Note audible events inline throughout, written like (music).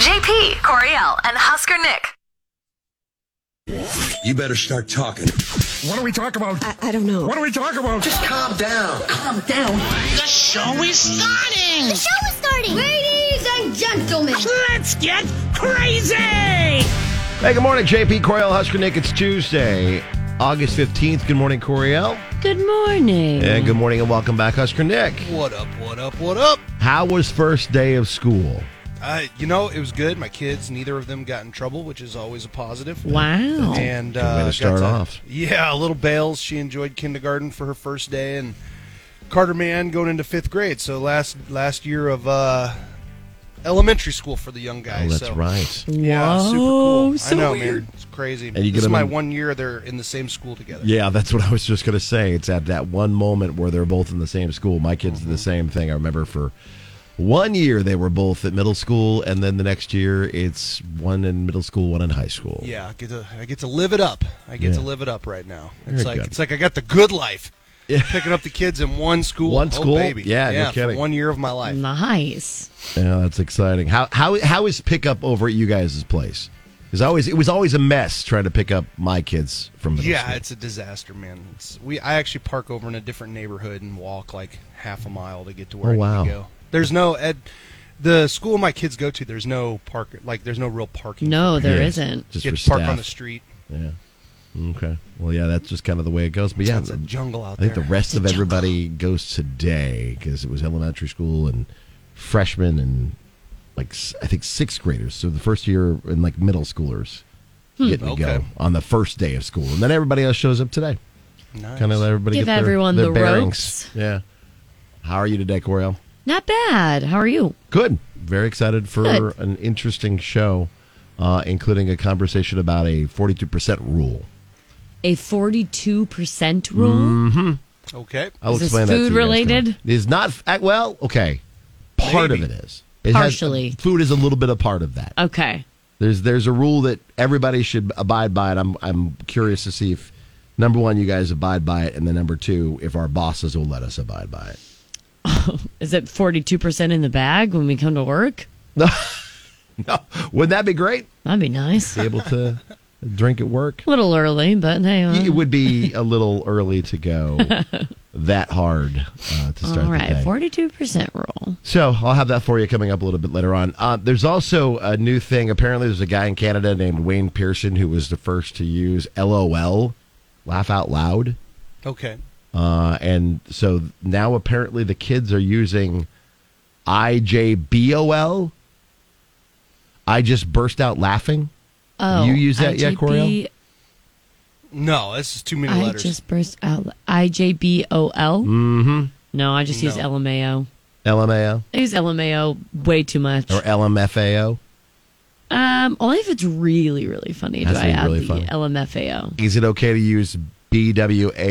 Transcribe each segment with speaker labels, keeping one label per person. Speaker 1: T, Coriel, and Husker Nick.
Speaker 2: You better start talking.
Speaker 3: What do we talk about?
Speaker 4: I, I don't know.
Speaker 3: What do we talk about?
Speaker 2: Just calm down.
Speaker 4: Calm down.
Speaker 5: The show is starting!
Speaker 6: The show is starting!
Speaker 7: Ladies and gentlemen,
Speaker 5: Let's get crazy!
Speaker 8: Hey, good morning, JP Coriel Husker Nick. It's Tuesday, August 15th. Good morning, Coriel.
Speaker 4: Good morning.
Speaker 8: And good morning and welcome back, Husker Nick.
Speaker 9: What up, what up, what up?
Speaker 8: How was first day of school?
Speaker 9: Uh, you know, it was good. My kids, neither of them got in trouble, which is always a positive.
Speaker 4: Wow.
Speaker 9: And
Speaker 8: way to
Speaker 9: uh, got
Speaker 8: start off.
Speaker 9: Yeah, little Bales. She enjoyed kindergarten for her first day, and Carter Mann going into fifth grade. So last last year of uh, elementary school for the young guys.
Speaker 8: Oh, that's
Speaker 9: so, (laughs)
Speaker 8: right.
Speaker 9: Yeah,
Speaker 4: Whoa,
Speaker 9: super cool.
Speaker 4: so
Speaker 9: I know,
Speaker 4: weird.
Speaker 9: man. It's crazy.
Speaker 8: you get
Speaker 9: this is
Speaker 8: them
Speaker 9: my
Speaker 8: in-
Speaker 9: one year. They're in the same school together.
Speaker 8: Yeah, that's what I was just going to say. It's at that one moment where they're both in the same school. My kids
Speaker 9: Mm-hmm.
Speaker 8: did the same thing. I remember for one year they were both at middle school, and then the next year it's one in middle school, one in high school.
Speaker 9: Yeah, I get to I get to live it up. I get to live it up right now. It's
Speaker 8: Very
Speaker 9: like
Speaker 8: good.
Speaker 9: it's like I got the good life. Picking up the kids in one school.
Speaker 8: One
Speaker 9: Oh,
Speaker 8: school?
Speaker 9: baby.
Speaker 8: Yeah, no
Speaker 9: yeah for
Speaker 8: kidding.
Speaker 9: one year of my life.
Speaker 4: Nice.
Speaker 8: Yeah, that's exciting. How how how is pickup over at you guys' place? Is always it was always a mess trying to pick up my kids from middle
Speaker 9: Yeah,
Speaker 8: school.
Speaker 9: it's a disaster, man. It's, we I actually park over in a different neighborhood and walk like half a mile to get to where
Speaker 8: Oh,
Speaker 9: I need
Speaker 8: wow.
Speaker 9: to go. There's no at the school my kids go to. There's no park. Like there's no real parking.
Speaker 4: No, there
Speaker 8: Yeah.
Speaker 4: not
Speaker 8: just
Speaker 9: you
Speaker 8: for
Speaker 9: have to park on
Speaker 8: staff.
Speaker 9: the street.
Speaker 8: Yeah. Okay. Well, yeah, that's just kind of the way it goes. But yeah,
Speaker 9: It's a jungle out
Speaker 8: I think
Speaker 9: there.
Speaker 8: the rest of everybody goes today because it was elementary school and freshmen and like s- I think sixth graders. So the first year and like middle schoolers getting to go
Speaker 9: Hmm. Okay.
Speaker 8: on the first day of school, and then everybody else shows up today.
Speaker 9: Nice.
Speaker 8: Kind of let everybody
Speaker 4: Give
Speaker 8: get their-
Speaker 4: everyone
Speaker 8: their
Speaker 4: the
Speaker 8: bearings.
Speaker 4: ropes.
Speaker 8: Yeah. How are you today, Coriel?
Speaker 4: Not bad. How are you?
Speaker 8: Good. Very excited for
Speaker 4: Good.
Speaker 8: an interesting show, uh, including a conversation about a 42% rule.
Speaker 4: A 42% rule?
Speaker 8: Mm-hmm.
Speaker 9: okay.
Speaker 8: I'll
Speaker 4: Is this
Speaker 8: explain that to you guys
Speaker 4: food-related?
Speaker 8: tomorrow. It is not. uh, Well, okay. Part of
Speaker 9: Maybe.
Speaker 8: it is. It has-
Speaker 4: Partially.
Speaker 8: food is a little bit a part of that.
Speaker 4: Okay.
Speaker 8: There's there's a rule that everybody should abide by, and I'm I'm curious to see if number one you guys abide by it, and then number two if our bosses will let us abide by it.
Speaker 4: Is it 42% in the bag when we come to work?
Speaker 8: No, wouldn't that be great?
Speaker 4: That'd be nice.
Speaker 8: Be
Speaker 4: A
Speaker 8: able to drink at work.
Speaker 4: little early, but hey. uh,
Speaker 8: It would be a little early
Speaker 4: (laughs)
Speaker 8: to go that hard uh, to start
Speaker 4: all
Speaker 8: the
Speaker 4: right.
Speaker 8: day.
Speaker 4: 42% rule.
Speaker 8: So I'll have that for you coming up a little bit later on. Uh, there's also a new thing. Apparently, there's a guy in Canada named Wayne Pearson who was the first to use LOL, laugh out loud.
Speaker 9: Okay.
Speaker 8: Uh, and so now apparently the kids are using IJBOL. I just burst out laughing.
Speaker 4: Oh.
Speaker 8: You use that yet,
Speaker 4: IJB
Speaker 8: Coriel?
Speaker 9: No, this is too many
Speaker 4: I
Speaker 9: letters.
Speaker 4: just burst out. I-J-B-O-L? Mm-hmm. No, I just use
Speaker 9: No.
Speaker 4: LMAO.
Speaker 8: LMAO
Speaker 4: I use LMAO way too much.
Speaker 8: or LMFAO.
Speaker 4: Um, only if it's really, really funny
Speaker 8: Has
Speaker 4: do I
Speaker 8: to be
Speaker 4: add
Speaker 8: really
Speaker 4: the
Speaker 8: funny.
Speaker 4: LMFAO.
Speaker 8: Is it okay to use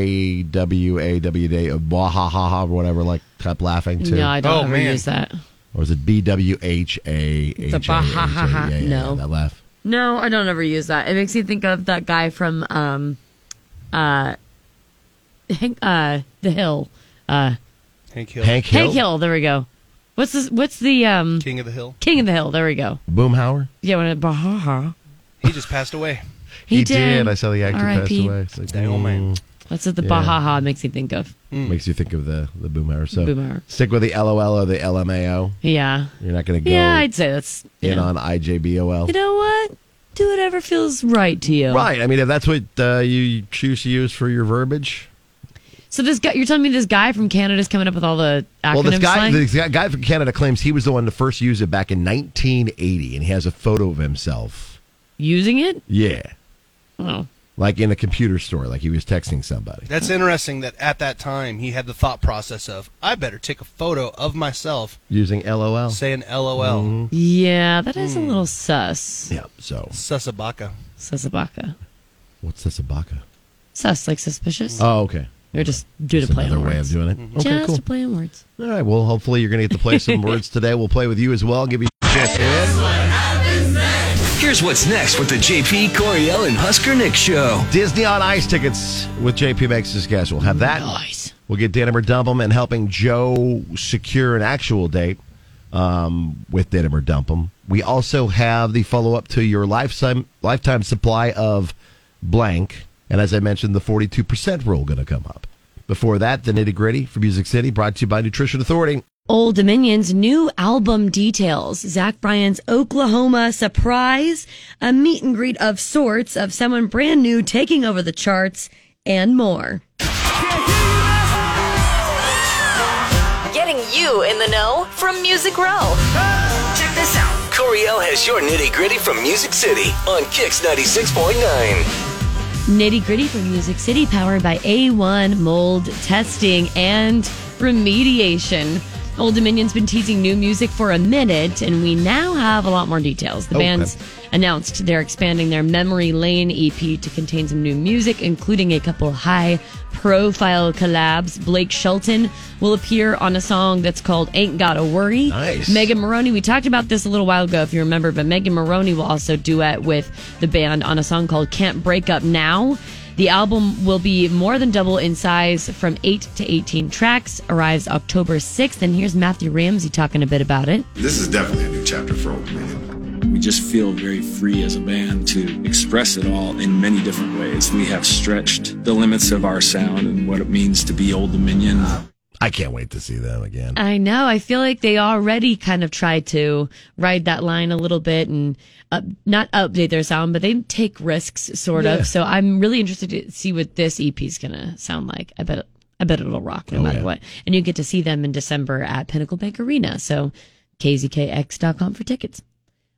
Speaker 8: BWAWAWD or wahahaha or whatever, like type laughing too?
Speaker 4: No, I don't
Speaker 9: Oh,
Speaker 4: ever
Speaker 9: man.
Speaker 4: use that.
Speaker 8: Or is it B W H A H A?
Speaker 4: The Bahahaha.
Speaker 8: Yeah, yeah, yeah,
Speaker 4: No.
Speaker 8: that laugh.
Speaker 4: No, I don't ever use that. It makes me think of that guy from um, uh, Hank, uh, The Hill. Uh,
Speaker 9: Hank Hill,
Speaker 8: Hank Hill.
Speaker 4: Hank Hill. There we go. What's this? What's the um,
Speaker 9: King of the Hill.
Speaker 4: King of the Hill? There we go.
Speaker 8: Boomhauer.
Speaker 4: Yeah, when it Bahaha.
Speaker 9: He just passed away.
Speaker 4: He,
Speaker 8: I saw the actor passed
Speaker 4: R.I.P..
Speaker 8: away. It's like, mm.
Speaker 9: Dang old man.
Speaker 4: That's what the
Speaker 8: Yeah.
Speaker 4: Bahaha makes me think of.
Speaker 8: Mm. Makes you think of the the Boomhauer. So
Speaker 4: Boomhauer.
Speaker 8: stick with the LOL or the LMAO.
Speaker 4: Yeah.
Speaker 8: You're not going to go
Speaker 4: Yeah, I'd say that's you
Speaker 8: in
Speaker 4: know.
Speaker 8: on IJBOL.
Speaker 4: You know what? Do whatever feels right to you.
Speaker 8: right. I mean, if that's what uh, you choose to use for your verbiage.
Speaker 4: So this guy, you're telling me this guy from Canada's coming up with all the acronym
Speaker 8: Well, this guy,
Speaker 4: slang?
Speaker 8: this guy guy from Canada claims he was the one to first use it back in 1980, and he has a photo of himself.
Speaker 4: using it.
Speaker 8: Yeah.
Speaker 4: Oh,
Speaker 8: Like in a computer store, like he was texting somebody.
Speaker 9: That's interesting that at that time he had the thought process of, I better take a photo of myself
Speaker 8: using LOL.
Speaker 9: saying LOL.
Speaker 8: Mm-hmm.
Speaker 4: yeah, that is a little sus.
Speaker 8: Hmm. Yeah. So
Speaker 9: Susabaka.
Speaker 4: Susabaka.
Speaker 8: what's this abaca?
Speaker 4: Sus like suspicious.
Speaker 8: Oh, okay.
Speaker 4: or just do to
Speaker 8: That's
Speaker 4: play
Speaker 8: another
Speaker 4: on
Speaker 8: way
Speaker 4: words.
Speaker 8: of
Speaker 4: Mm-hmm.
Speaker 8: doing it. Okay,
Speaker 4: just
Speaker 8: cool.
Speaker 4: to play on words.
Speaker 8: All right. Well, hopefully you're going to get to
Speaker 4: (laughs)
Speaker 8: play some words today. We'll play with you as well. Give you
Speaker 2: Here's what's next with the JP Coriel and Husker Nick show.
Speaker 8: Disney on Ice tickets with JP makes his guess. We'll have that.
Speaker 4: Nice.
Speaker 8: We'll get Danimer Dumpum and helping Joe secure an actual date um, with Danimer Dumpum. We also have the follow up to your lifetime lifetime supply of blank, and as I mentioned, the forty two percent rule going to come up. Before that, the nitty gritty for Music City, brought to you by Nutrition Authority.
Speaker 4: Old Dominion's new album details, Zach Bryan's Oklahoma surprise, a meet and greet of sorts of someone brand new taking over the charts, and more.
Speaker 1: Getting you in the know from Music Row. Check this out.
Speaker 2: Coriel has your nitty gritty from Music City on Kix 96.9.
Speaker 4: Nitty gritty from Music City, powered by A1 mold testing and remediation. Old Dominion's been teasing new music for a minute, and we now have a lot more details. The
Speaker 8: Okay.
Speaker 4: band's announced they're expanding their Memory Lane EP to contain some new music, including a couple high profile collabs. Blake Shelton will appear on a song that's called Ain't Gotta Worry.
Speaker 8: Nice.
Speaker 4: Megan Maroney, we talked about this a little while ago, if you remember, but Megan Maroney will also duet with the band on a song called Can't Break Up Now. The album will be more than double in size from 8 to 18 tracks, arrives October 6th, and here's Matthew Ramsey talking a bit about it.
Speaker 10: This is definitely a new chapter for Old Dominion.
Speaker 11: We just feel very free as a band to express it all in many different ways. We have stretched the limits of our sound and what it means to be Old Dominion.
Speaker 8: I can't wait to see them again.
Speaker 4: I know. I feel like they already kind of tried to ride that line a little bit and up, not update their sound, but they take risks, sort
Speaker 8: Yeah.
Speaker 4: of. So I'm really interested to see what this EP is going to sound like. I bet I bet it'll rock no
Speaker 8: Oh,
Speaker 4: matter
Speaker 8: yeah.
Speaker 4: what. And you get to see them in December at Pinnacle Bank Arena. So kzkx.com for tickets.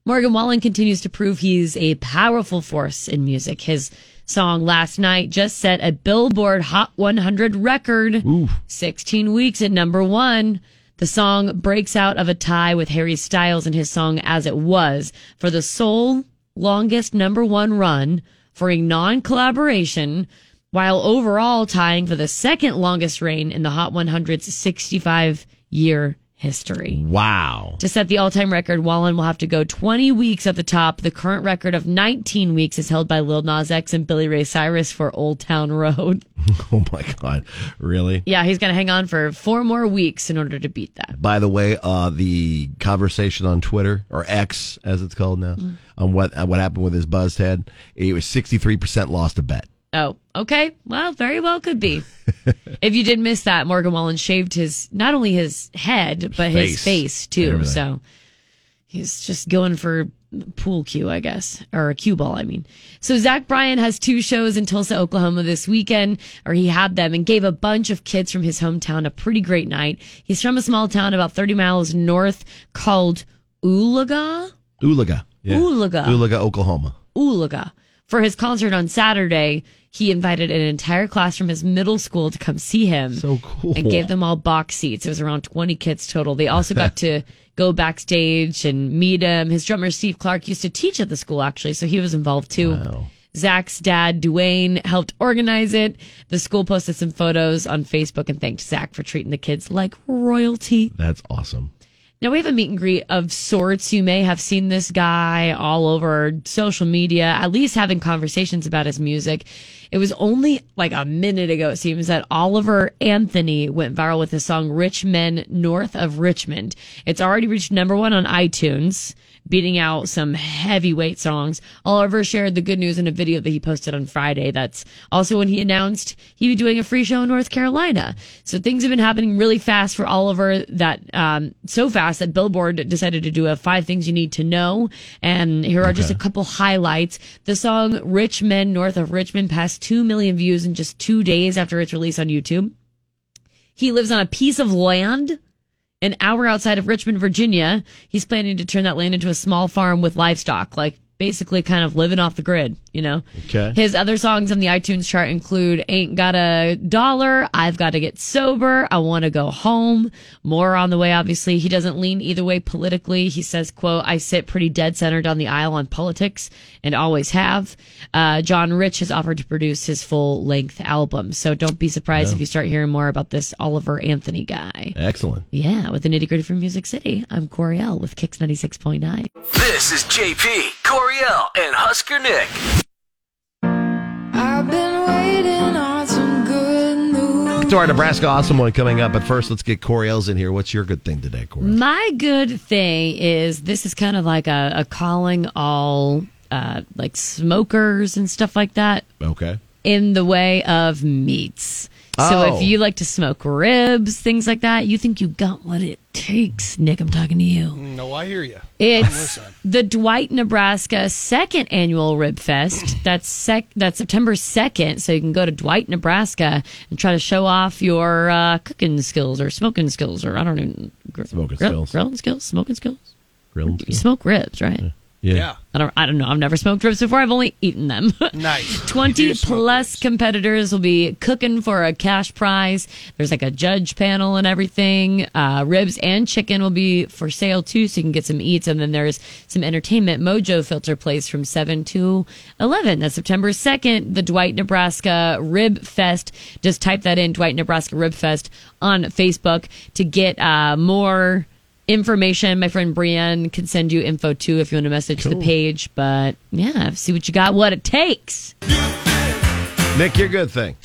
Speaker 4: Morgan Wallen continues to prove he's a powerful force in music. His song last night just set a Billboard Hot 100 record, 16 weeks at number one. The song breaks out of a tie with Harry Styles and his song As It Was for the sole longest number one run for a non collaboration, while overall tying for the second longest reign in the Hot 100's 65 year history.
Speaker 8: Wow.
Speaker 4: To set the all time record, Wallen will have to go 20 weeks at the top. The current record of 19 weeks is held by Lil Nas X and Billy Ray Cyrus for Old Town Road.
Speaker 8: (laughs) Oh my God. Really?
Speaker 4: Yeah, he's going to hang on for four more weeks in order to beat that.
Speaker 8: By the way, uh, the conversation on Twitter or X, as it's called now,
Speaker 4: Mm.
Speaker 8: on what uh, what happened with his buzz head, it was sixty three percent lost a bet.
Speaker 4: Oh, okay. Well, very well could
Speaker 8: (laughs)
Speaker 4: be. if you did miss that, Morgan Wallen shaved his, not only his head, but
Speaker 8: Face.
Speaker 4: his face too.
Speaker 8: Everything.
Speaker 4: So he's just going for pool cue, I guess, or a cue ball, I mean. So Zach Bryan has two shows in Tulsa, Oklahoma this weekend, or he had them and gave a bunch of kids from his hometown a pretty great night. He's from a small town about 30 miles north called Oolaga.
Speaker 8: Oolaga, yeah.
Speaker 4: Oolaga.
Speaker 8: Oolaga, Oklahoma.
Speaker 4: Oolaga. For his concert on Saturday, he invited an entire class from his middle school to come see him.
Speaker 8: So cool.
Speaker 4: And gave them all box seats. It was around 20 kids total. They also
Speaker 8: (laughs)
Speaker 4: got to go backstage and meet him. His drummer, Steve Clark, used to teach at the school, actually, so he was involved too.
Speaker 8: Oh,
Speaker 4: Zach's dad, Duane, helped organize it. The school posted some photos on Facebook and thanked Zach for treating the kids like royalty.
Speaker 8: That's awesome.
Speaker 4: Now we have a meet and greet of sorts. You may have seen this guy all over social media, at least having conversations about his music. It was only like a minute ago, it seems, that Oliver Anthony went viral with his song Rich Men North of Richmond. It's already reached number one on iTunes, beating out some heavyweight songs. Oliver shared the good news in a video that he posted on Friday. That's also when he announced he'd be doing a free show in North Carolina. So things have been happening really fast for Oliver that um, so fast that Billboard decided to do a five things you need to know. And here are just a couple highlights. The song Rich Men North of Richmond passed 2 million views in just two days after its release on YouTube. He lives on a piece of land an hour outside of Richmond, Virginia. He's planning to turn that land into a small farm with livestock, like basically kind of living off the grid, you know?
Speaker 8: Okay.
Speaker 4: His other songs on the iTunes chart include Ain't Got a Dollar, I've Got to Get Sober, I Want to Go Home, more on the way, obviously. He doesn't lean either way politically. He says, quote, I sit pretty dead center down the aisle on politics and always have. Uh, John Rich has offered to produce his full length album. So don't be surprised if you start hearing more about this Oliver Anthony guy.
Speaker 8: Excellent.
Speaker 4: Yeah, with the nitty gritty from Music City. I'm Coriel with Kix 96.9.
Speaker 2: This is JP, Coriel, and Husker Nick.
Speaker 12: I've been waiting on some good news.
Speaker 8: to our Nebraska Awesome One coming up, but first let's get Corey Ells in here. What's your good thing today, Corey?
Speaker 4: My good thing is this is kind of like a, a calling all uh, like smokers and stuff like that
Speaker 8: Okay.
Speaker 4: in the way of meats. So
Speaker 8: Oh.
Speaker 4: if you like to smoke ribs, things like that, you think you got what it takes, Nick. I'm talking to you.
Speaker 9: No, I hear you.
Speaker 4: It's the Dwight, Nebraska second annual Rib Fest. That's sec- that's September second, so you can go to Dwight, Nebraska, and try to show off your uh, cooking skills or smoking skills or I don't even gr-
Speaker 8: Smoking
Speaker 4: grill-
Speaker 8: skills.
Speaker 4: grilling skills, smoking skills.
Speaker 8: Grill?
Speaker 4: You smoke ribs, right?
Speaker 8: Yeah.
Speaker 4: I don't. I don't know. I've never smoked ribs before. I've only eaten them. (laughs)
Speaker 9: Nice.
Speaker 4: Twenty plus competitors will be cooking for a cash prize. There's like a judge panel and everything. Uh, ribs and chicken will be for sale too, so you can get some eats. And then there's some entertainment. Mojo Filter plays from seven to eleven. That's September second. The Dwight Nebraska Rib Fest. Just type that in Dwight Nebraska Rib Fest on Facebook to get uh, more information. My friend Brienne can send you info too if you want to message the page. But yeah, see what you got, what it takes.
Speaker 8: Nick, your good thing.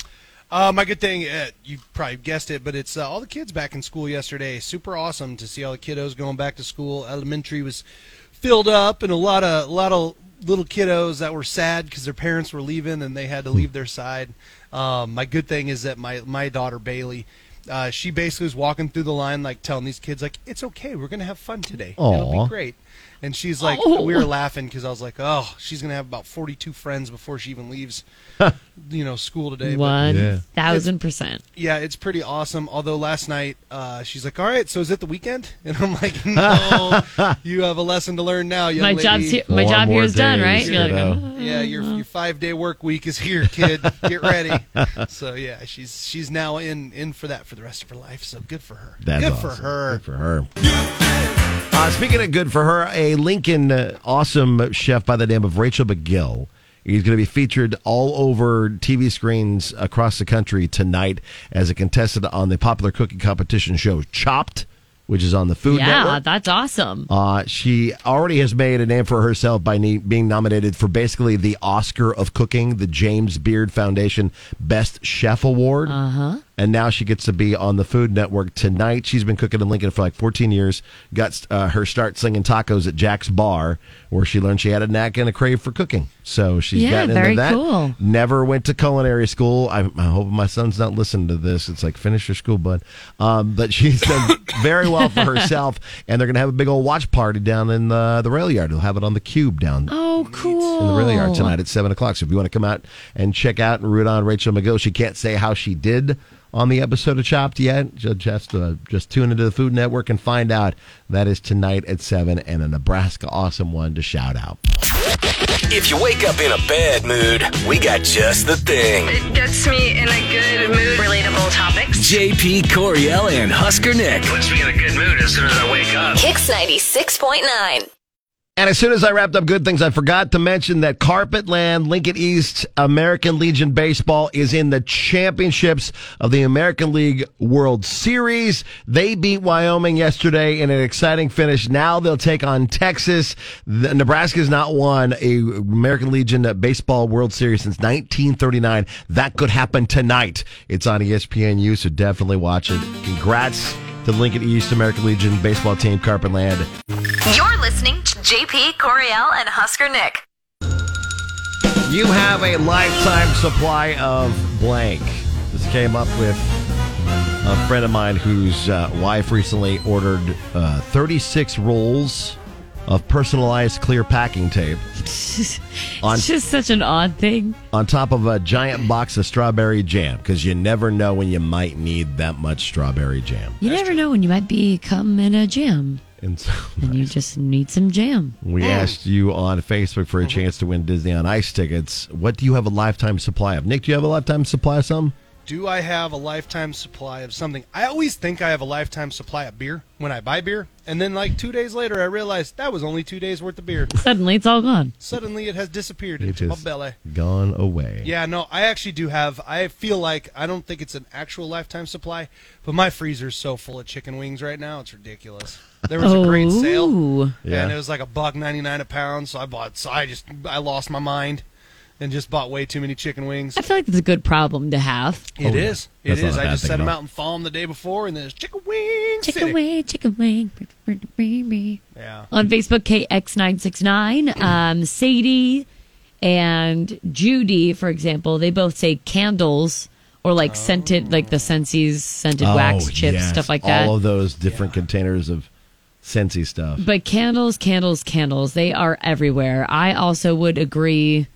Speaker 9: Uh, my good thing, uh, you probably guessed it, but it's uh, all the kids back in school yesterday. Super awesome to see all the kiddos going back to school. Elementary was filled up, and a lot of a lot of little kiddos that were sad because their parents were leaving and they had to leave their side. Um, my good thing is that my my daughter Bailey. Uh, she basically was walking through the line, like telling these kids, like, "It's okay, we're gonna have fun today. It'll
Speaker 8: Aw.
Speaker 9: be great." And she's like,
Speaker 4: Oh.
Speaker 9: we were laughing because I was like, "Oh, she's gonna have about forty-two friends before she even leaves, you know, school today." But-
Speaker 4: One thousand percent.
Speaker 9: yeah, it's pretty awesome. Although last night uh, she's like, "All right, so is it the weekend?" (laughs) And I'm like,
Speaker 8: (laughs)
Speaker 9: "No, you have a lesson to learn now, young
Speaker 4: My
Speaker 9: lady."
Speaker 4: job's here. My
Speaker 8: Four
Speaker 4: job
Speaker 8: more
Speaker 4: here is done,
Speaker 8: days,
Speaker 4: right?
Speaker 8: you
Speaker 4: You're like,
Speaker 8: know.
Speaker 4: "Oh."
Speaker 9: Yeah, your your five day work week is here, kid. Get
Speaker 8: (laughs)
Speaker 9: ready. so yeah, she's she's now in in for that for the rest of her life. So good for her.
Speaker 8: That's
Speaker 9: good
Speaker 8: awesome.
Speaker 9: for her.
Speaker 8: Good for her. Uh, speaking of good for her, a Lincoln uh, awesome chef by the name of Rachel McGill. He's going to be featured all over TV screens across the country tonight as a contestant on the popular cooking competition show Chopped, which is on the Food
Speaker 4: yeah,
Speaker 8: Network.
Speaker 4: that's awesome.
Speaker 8: Uh, she already has made a name for herself by ne- being nominated for basically the Oscar of Cooking, the James Beard Foundation Best Chef Award. Uh-huh. And now she gets to be on the Food Network tonight. She's been cooking in Lincoln for like 14 years. Got uh, her start slinging tacos at Jack's Bar, where she learned she had a knack and a crave for cooking. So she's
Speaker 4: Yeah,
Speaker 8: gotten
Speaker 4: very
Speaker 8: into that.
Speaker 4: cool.
Speaker 8: Never went to culinary school. I, I hope my son's not listening to this. It's like finish your school, bud. Um, but (laughs) she's done very well for herself, and they're gonna have a big old watch party down in the the rail yard. They'll have it on the cube down
Speaker 4: Oh, cool.
Speaker 8: in the rail yard tonight at seven o'clock. So if you want to come out and check out and root on Rachel McGill, she can't say how she did on the episode of Chopped yet. You'll Just uh, just tune into the Food Network and find out. That is tonight at seven, and a Nebraska awesome one to shout out.
Speaker 2: If you wake up in a bad mood, we got just the thing.
Speaker 1: It gets me in a good mood. Relatable topics.
Speaker 2: JP Coriel and Husker Nick.
Speaker 12: Puts me in a good mood as soon as I wake up.
Speaker 1: Kicks 96.9.
Speaker 8: And as soon as I wrapped up good things, I forgot to mention that Carpetland Lincoln East American Legion Baseball is in the championships of the American League World Series. They beat Wyoming yesterday in an exciting finish. Now they'll take on Texas. The, Nebraska's not won a American Legion Baseball World Series since 1939. That could happen tonight. It's on E ESPNU, so definitely watch it. Congrats to Lincoln East American Legion Baseball Team Carpetland.
Speaker 1: You're listening to JP Coriel and Husker Nick.
Speaker 8: You have a lifetime supply of blank. This came up with a friend of mine whose uh, wife recently ordered uh, 36 rolls of personalized clear packing tape on
Speaker 4: It's just such an odd thing.
Speaker 8: on top of a giant box of strawberry jam because you never know when you might need that much strawberry jam.
Speaker 4: You never know when you might become in a jam,
Speaker 8: And so (laughs)
Speaker 4: and you just need
Speaker 9: (laughs)
Speaker 4: some jam.
Speaker 8: we asked you on Facebook for a chance to win Disney on Ice tickets. What do you have a lifetime supply of? Nick, do you have a lifetime supply of something?
Speaker 9: Do I have a lifetime supply of something? I always think I have a lifetime supply of beer when I buy beer, and then like two days later, I realize that was only two days worth of beer.
Speaker 4: Suddenly, it's all gone.
Speaker 9: Suddenly, it has disappeared
Speaker 8: It
Speaker 9: into my
Speaker 8: is
Speaker 9: belly.
Speaker 8: gone away.
Speaker 9: Yeah, no, I actually do have. I feel like I don't think it's an actual lifetime supply, but my freezer's so full of chicken wings right now, it's ridiculous. There was a great sale,
Speaker 4: Oh.
Speaker 8: Yeah.
Speaker 9: and it was like a buck ninety nine a pound. So I bought. So I just I lost my mind. and just bought way too many chicken wings.
Speaker 4: I feel like it's a good problem to have.
Speaker 9: It is. It is. I just set them out and thaw them the day before, and then it's chicken wings.
Speaker 4: Chicken wing, chicken wing.
Speaker 9: Yeah.
Speaker 4: On Facebook, KX969, um, Sadie and Judy, for example, they both say candles or like scented, like the Sensi's scented wax
Speaker 8: Oh,
Speaker 4: chips,
Speaker 8: yes.
Speaker 4: stuff like that.
Speaker 8: All of those different containers of Scentsy stuff.
Speaker 4: But candles, candles, candles, they are everywhere. I also would agree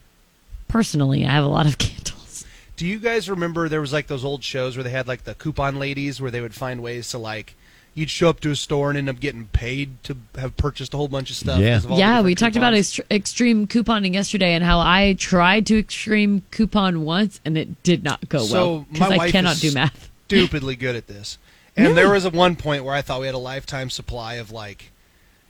Speaker 4: personally. I have a lot of (laughs) candles.
Speaker 9: Do you guys remember there was like those old shows where they had like the coupon ladies where they would find ways to like you'd show up to a store and end up getting paid to have purchased a whole bunch of stuff.
Speaker 8: Yeah.
Speaker 9: because of all the
Speaker 4: yeah,
Speaker 9: different
Speaker 4: we talked about
Speaker 9: coupons.
Speaker 4: ext- extreme couponing yesterday and how I tried to extreme coupon once and it did not go well
Speaker 9: so
Speaker 4: because
Speaker 9: my
Speaker 4: I
Speaker 9: wife
Speaker 4: cannot
Speaker 9: is
Speaker 4: do math. (laughs)
Speaker 9: Stupidly good at this. And
Speaker 4: Really?
Speaker 9: there was a one point where I thought we had a lifetime supply of like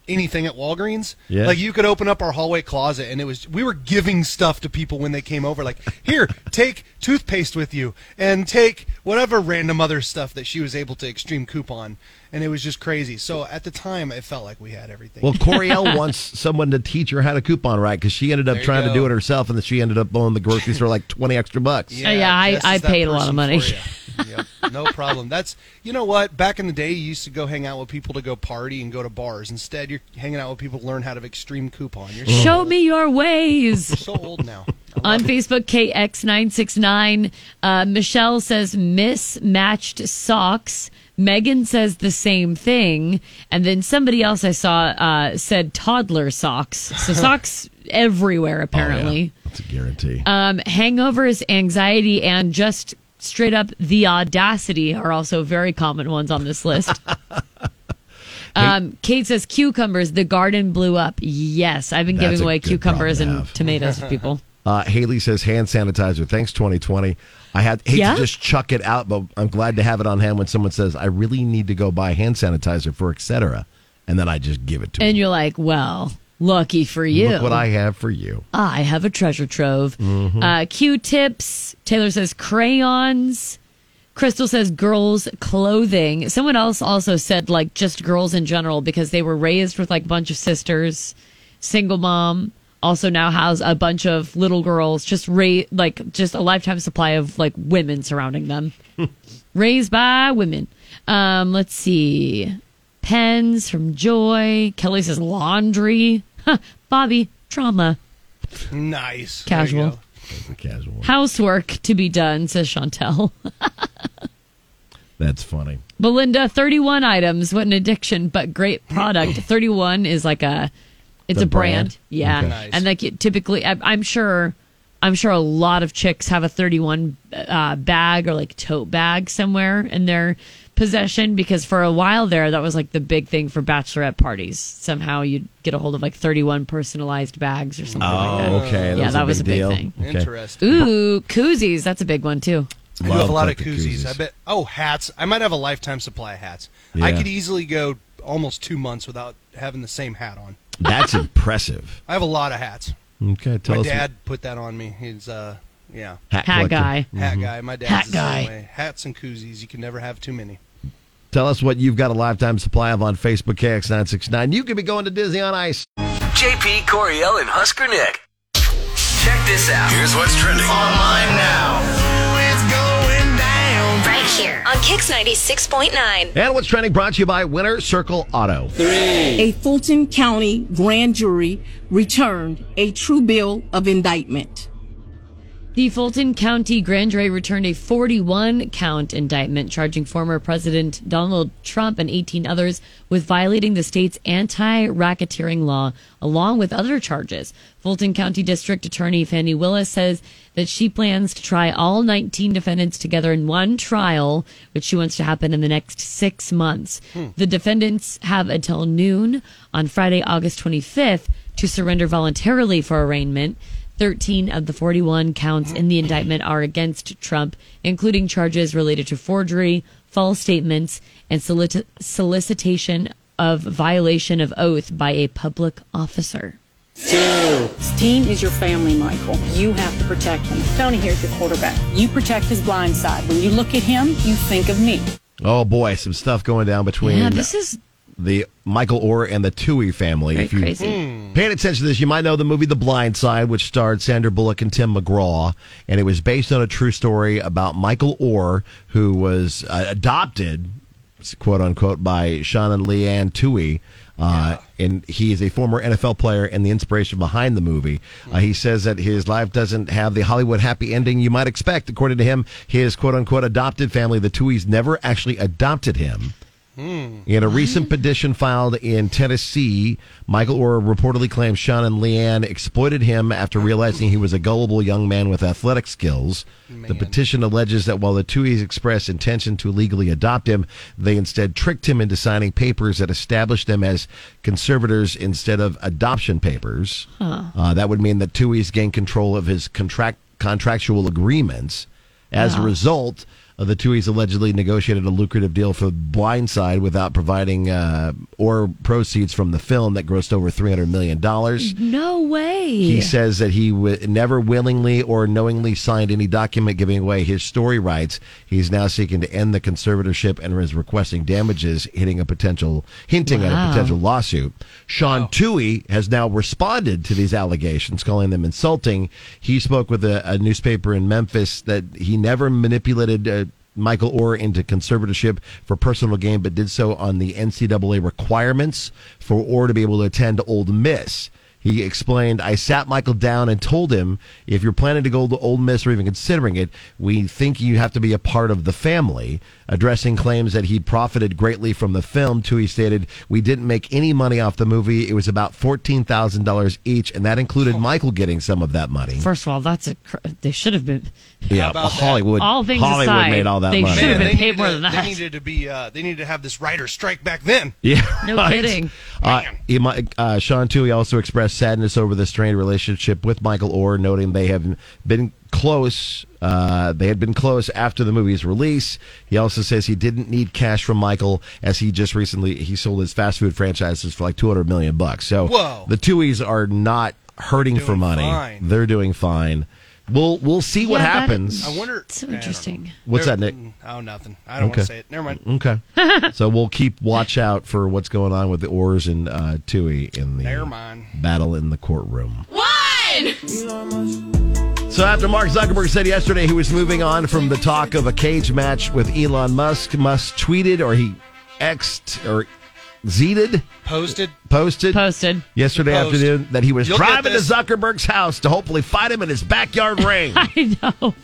Speaker 9: anything at Walgreens.
Speaker 8: Yeah.
Speaker 9: Like you could open up our hallway closet and it was we were giving stuff to people when they came over like,
Speaker 4: (laughs)
Speaker 9: "Here, take toothpaste with you and take whatever random other stuff that she was able to extreme coupon." And it was just crazy. So at the time it felt like we had everything.
Speaker 8: Well, Coriel (laughs) wants someone to teach her how to coupon right because she ended up
Speaker 9: There you
Speaker 8: trying to
Speaker 9: go.
Speaker 8: do it herself, and then she ended up owing the grocery store like twenty extra bucks.
Speaker 4: Uh, Yeah, I,
Speaker 9: this
Speaker 4: I
Speaker 9: is that
Speaker 4: paid a lot
Speaker 9: person
Speaker 4: of money.
Speaker 9: for ya. Yep,
Speaker 4: (laughs)
Speaker 9: no problem. That's you know what. Back in the day, you used to go hang out with people to go party and go to bars. Instead, you're hanging out with people to learn how to extreme coupon. You're so
Speaker 4: Show
Speaker 9: old.
Speaker 4: me your ways.
Speaker 9: So old now.
Speaker 4: On Facebook, KX969, uh, Michelle says mismatched socks. Megan says the same thing. And then somebody else I saw uh, said toddler socks.
Speaker 8: (laughs)
Speaker 4: So socks
Speaker 8: Oh,
Speaker 4: everywhere, apparently.
Speaker 8: That's a guarantee.
Speaker 4: Um, hangovers, anxiety, and just straight up the audacity are also very common ones on this
Speaker 8: (laughs)
Speaker 4: list. um, Kate says cucumbers. The garden blew up. Yes, I've been
Speaker 8: That's
Speaker 4: giving
Speaker 8: a
Speaker 4: away
Speaker 8: good
Speaker 4: cucumbers
Speaker 8: problem to
Speaker 4: and
Speaker 8: have.
Speaker 4: tomatoes
Speaker 8: (laughs)
Speaker 4: to people.
Speaker 8: Uh, Haley says hand sanitizer. Thanks, 2020. I had hate
Speaker 4: Yeah?
Speaker 8: to just chuck it out, but I'm glad to have it on hand when someone says I really need to go buy hand sanitizer for etc. And then I just give it to
Speaker 4: And you're like, well, lucky for you.
Speaker 8: them. Look what I have for you. (laughs)
Speaker 4: I have a treasure trove. Uh, Q-tips. Taylor says crayons. Crystal says girls' clothing. Someone else also said like just girls in general because they were raised with like a bunch of sisters, single mom. Also now house a bunch of little girls, just ra- like just a lifetime supply of like women surrounding them, raised by women. Um, let's see, pens from Joy. Kelly says laundry. (laughs) Bobby trauma
Speaker 9: Nice. There you
Speaker 4: casual
Speaker 9: go.
Speaker 8: Casual.
Speaker 4: housework to be done says chantel (laughs)
Speaker 8: That's funny.
Speaker 4: belinda 31 items what an addiction but great product 31 is like a it's
Speaker 8: The
Speaker 4: a brand,
Speaker 8: brand?
Speaker 4: yeah
Speaker 8: Okay.
Speaker 9: Nice.
Speaker 4: and like it typically I, i'm sure i'm sure a lot of chicks have a 31 uh, bag or like tote bag somewhere in their possession because for a while there that was like the big thing for bachelorette parties somehow you'd get a hold of like 31 personalized bags or something like that
Speaker 8: Oh, okay.
Speaker 4: yeah that was a big
Speaker 8: deal.
Speaker 4: thing
Speaker 8: Okay.
Speaker 9: Interesting.
Speaker 4: Ooh, koozies. That's a big one too.
Speaker 9: I do have
Speaker 8: Love
Speaker 9: a lot of
Speaker 8: collecting
Speaker 9: koozies. I bet. Oh, hats. I might have a lifetime supply of hats. I
Speaker 8: Yeah.
Speaker 9: could easily go almost two months without having the same hat on.
Speaker 8: That's impressive.
Speaker 9: I have a lot of hats.
Speaker 8: Okay, tell
Speaker 9: My
Speaker 8: us.
Speaker 9: dad put that on me. He's uh, yeah.
Speaker 8: hat
Speaker 4: Hat
Speaker 8: collector.
Speaker 4: guy.
Speaker 8: Mm-hmm.
Speaker 9: Hat guy. My dad's
Speaker 4: Hat
Speaker 9: the same
Speaker 4: guy.
Speaker 9: way. Hats and koozies. You can never have too many.
Speaker 8: Tell us what you've got a lifetime supply of on Facebook KX969. You could be going to Disney on Ice.
Speaker 2: JP Coriel and Husker Nick. Check this out. Here's what's trending online now. It's going down.
Speaker 7: Right here.
Speaker 1: On Kix 96.9.
Speaker 8: And what's trending brought to you by Winter Circle Auto.
Speaker 13: A Fulton County grand jury returned a true bill of indictment.
Speaker 4: The Fulton County grand jury returned a 41 count indictment charging former President Donald Trump and 18 others with violating the state's anti racketeering law, along with other charges. Fulton County District Attorney Fannie Willis says that she plans to try all 19 defendants together in one trial, which she wants to happen in the next six months. The defendants have until noon on Friday, August 25th, to surrender voluntarily for arraignment. 13 of the 41 counts in the indictment are against Trump, including charges related to forgery, false statements, and solici- solicitation of violation of oath by a public officer.
Speaker 13: Steen is your family, Michael. You have to protect him. Tony here's your quarterback. You protect his blind side. When you look at him, you think of me.
Speaker 8: Oh boy, some stuff going down between
Speaker 4: Yeah, this is
Speaker 8: the Michael Orr and the Tui family.
Speaker 4: very
Speaker 8: if you
Speaker 9: Hmm.
Speaker 4: crazy.
Speaker 8: Paying attention to this, you might know the movie The Blind Side, which starred Sandra Bullock and Tim McGraw, and it was based on a true story about Michael Orr, who was uh, adopted, quote unquote, by Sean and Leanne Toohey. Uh, And he is a former NFL player and the inspiration behind the movie. Uh, he says that his life doesn't have the Hollywood happy ending you might expect. According to him, his quote unquote adopted family, the Tooheys, never actually adopted him. In a recent petition filed in Tennessee, Michael Orr reportedly claims Sean and Leanne exploited him after realizing he was a gullible young man with athletic skills. The petition alleges that while the Tuies expressed intention to legally adopt him, they instead tricked him into signing papers that established them as conservators instead of adoption papers.
Speaker 4: Huh.
Speaker 8: Uh, that would mean that Tuies gained control of his contract contractual agreements. As a
Speaker 4: Yeah.
Speaker 8: result, uh, the Tuies allegedly negotiated a lucrative deal for Blindside without providing uh, or proceeds from the film that grossed over three hundred million dollars.
Speaker 4: No way.
Speaker 8: He says that he w- never willingly or knowingly signed any document giving away his story rights. He's now seeking to end the conservatorship and is requesting damages, hitting a potential hinting at a
Speaker 4: Wow.
Speaker 8: potential lawsuit. Sean Toohey has now responded to these allegations, calling them insulting. He spoke with a, a newspaper in Memphis that he never manipulated. Uh, Michael Orr into conservatorship for personal gain, but did so on the NCAA requirements for Orr to be able to attend Old Miss. He explained, I sat Michael down and told him, if you're planning to go to Old Miss or even considering it, we think you have to be a part of the family. Addressing claims that he profited greatly from the film, Tui stated, We didn't make any money off the movie. It was about $14,000 each, and that included Michael getting some of that money.
Speaker 4: First of all, that's a. Cr- they should have been. (laughs)
Speaker 8: Yeah, Hollywood.
Speaker 4: All things
Speaker 8: Hollywood
Speaker 4: aside,
Speaker 8: made all that
Speaker 4: they
Speaker 8: money.
Speaker 4: should have
Speaker 9: Man,
Speaker 4: been
Speaker 9: they
Speaker 4: paid more than
Speaker 9: needed-
Speaker 4: that.
Speaker 9: They needed to be. Uh, they needed to have this writer strike back then.
Speaker 8: Yeah.
Speaker 4: No kidding.
Speaker 8: Uh, he, mi- uh, Sean Toohey also expressed sadness over the strained relationship with Michael Orr, noting they have been close. Uh, they had been close after the movie's release. He also says he didn't need cash from Michael, as he just recently he sold his fast food franchises for like two hundred million bucks. So
Speaker 9: Whoa.
Speaker 8: the Tooheys are not hurting for money;
Speaker 9: fine.
Speaker 8: they're doing fine. We'll we'll see what
Speaker 4: Yeah, that-
Speaker 8: happens.
Speaker 9: I wonder.
Speaker 4: So interesting.
Speaker 8: What's that, Nick?
Speaker 9: Oh, nothing. I don't want to say it. Never mind.
Speaker 8: Okay. so we'll keep watch out for what's going on with the Oars and uh, Tui in the
Speaker 9: Never mind.
Speaker 8: battle in the courtroom. So after Mark Zuckerberg said yesterday he was moving on from the talk of a cage match with Elon Musk, Musk tweeted or he xed or zeded
Speaker 9: Posted.
Speaker 8: posted
Speaker 4: posted (laughs)
Speaker 8: yesterday
Speaker 9: Post.
Speaker 8: afternoon that he was
Speaker 9: You'll get
Speaker 8: driving to
Speaker 9: this.
Speaker 8: Zuckerberg's house to hopefully fight him in his backyard ring.
Speaker 4: I know.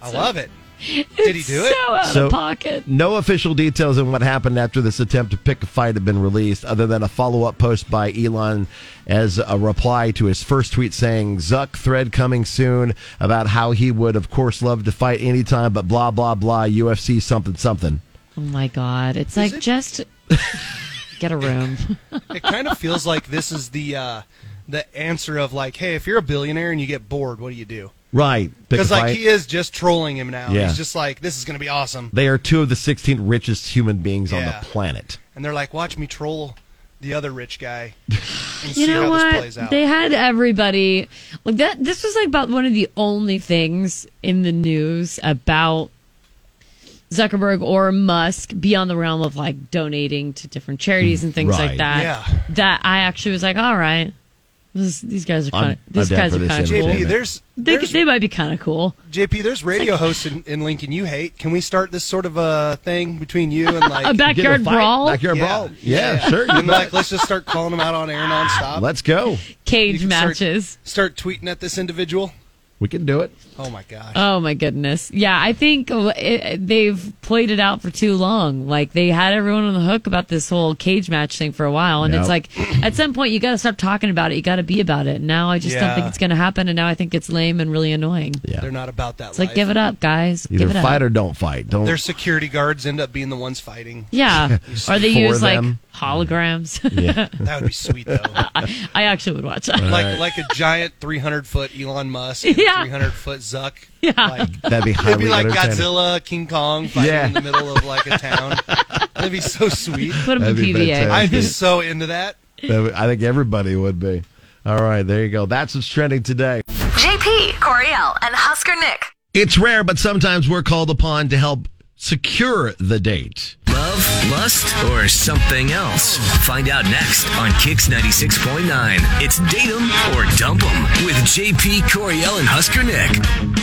Speaker 9: I love it. Did he do it?
Speaker 4: So out
Speaker 8: So-
Speaker 4: of pocket.
Speaker 8: No official details on what happened after this attempt to pick a fight had been released, other than a follow up post by Elon as a reply to his first tweet saying, Zuck thread coming soon about how he would, of course, love to fight anytime, but blah, blah, blah, UFC something, something.
Speaker 4: Oh my god! It's like
Speaker 8: (laughs)
Speaker 4: just get a room.
Speaker 9: It kind of feels like this is the uh, the answer of like, hey, if you're a billionaire and you get bored, what do you do?
Speaker 8: Right. Pick a
Speaker 9: Because like
Speaker 8: fight.
Speaker 9: he is just trolling him now.
Speaker 8: Yeah.
Speaker 9: He's just like, this is gonna be awesome.
Speaker 8: They are two of the 16 richest human beings on
Speaker 9: Yeah.
Speaker 8: the planet.
Speaker 9: And they're like, watch me troll the other rich
Speaker 4: (laughs)
Speaker 9: guy and see
Speaker 4: you know
Speaker 9: how
Speaker 4: what?
Speaker 9: this plays out.
Speaker 4: They had everybody like that. This was like about one of the only things in the news about Zuckerberg or Musk beyond the realm of like donating to different charities and things
Speaker 8: Right.
Speaker 4: like that.
Speaker 9: Yeah.
Speaker 4: That I actually was like, all right, this, these guys are
Speaker 8: I'm-
Speaker 4: kind of
Speaker 8: I'm
Speaker 4: these
Speaker 8: down
Speaker 4: guys
Speaker 8: for
Speaker 4: are
Speaker 8: this
Speaker 4: kind of
Speaker 8: entertainment.
Speaker 9: JP,
Speaker 4: cool.
Speaker 9: there's
Speaker 4: They,
Speaker 9: there's
Speaker 4: they might be kind of cool.
Speaker 9: JP, there's radio hosts in, in Lincoln you hate. Can we start this sort of uh, thing between you and like
Speaker 4: A backyard
Speaker 8: fight?
Speaker 4: brawl,
Speaker 8: Backyard brawl. Yeah, sure. You
Speaker 9: And
Speaker 8: (laughs)
Speaker 9: like,
Speaker 8: bet.
Speaker 9: let's just start calling them out on air nonstop.
Speaker 8: Let's go.
Speaker 9: You
Speaker 4: cage
Speaker 9: can start-
Speaker 4: matches.
Speaker 9: Start, tweeting at this individual.
Speaker 8: We can do it.
Speaker 9: Oh my gosh.
Speaker 4: Oh my goodness. Yeah, I think uh, it, they've played it out for too long. Like they had everyone on the hook about this whole cage match thing for a while and
Speaker 8: Yep.
Speaker 4: it's like at some point you got to stop talking about it. You got to be about it. Now I just don't think
Speaker 9: Yeah.
Speaker 4: it's going to happen and now I think it's lame and really annoying.
Speaker 8: Yeah.
Speaker 9: They're not about that.
Speaker 4: Oh. It's like give it up, guys.
Speaker 8: Either
Speaker 4: give it
Speaker 8: fight
Speaker 4: up.
Speaker 8: or don't fight. Don't.
Speaker 9: Their security guards end up being the ones fighting.
Speaker 8: (laughs)
Speaker 4: yeah. or they
Speaker 8: For
Speaker 4: use
Speaker 8: them.
Speaker 4: like holograms.
Speaker 8: yeah.
Speaker 9: That would be sweet though.
Speaker 4: (laughs) I actually would watch that.
Speaker 9: like like a giant 300 foot Elon Musk, and
Speaker 4: Yeah.
Speaker 9: 300 foot Zuck.
Speaker 4: (laughs) Yeah.
Speaker 9: Like,
Speaker 8: (laughs) That'd be
Speaker 9: it'd
Speaker 8: highly
Speaker 9: be like
Speaker 8: entertaining.
Speaker 9: Godzilla, King Kong fighting
Speaker 8: Yeah.
Speaker 9: in the middle of like a town.
Speaker 8: (laughs)
Speaker 9: That'd be so
Speaker 4: (laughs)
Speaker 9: sweet.
Speaker 4: (laughs) Put them in
Speaker 8: That'd be
Speaker 4: PVA.
Speaker 8: fantastic.
Speaker 9: I'd be so into that.
Speaker 8: I think everybody would be. All right, there you go. That's what's trending today.
Speaker 1: JP, Coriel, and Husker Nick.
Speaker 8: It's rare, but sometimes we're called upon to help secure the date.
Speaker 2: Love, Lust or something else? Find out next on Kix 96.9. It's Date 'em or Dump 'em with JP Coriel and Husker Nick.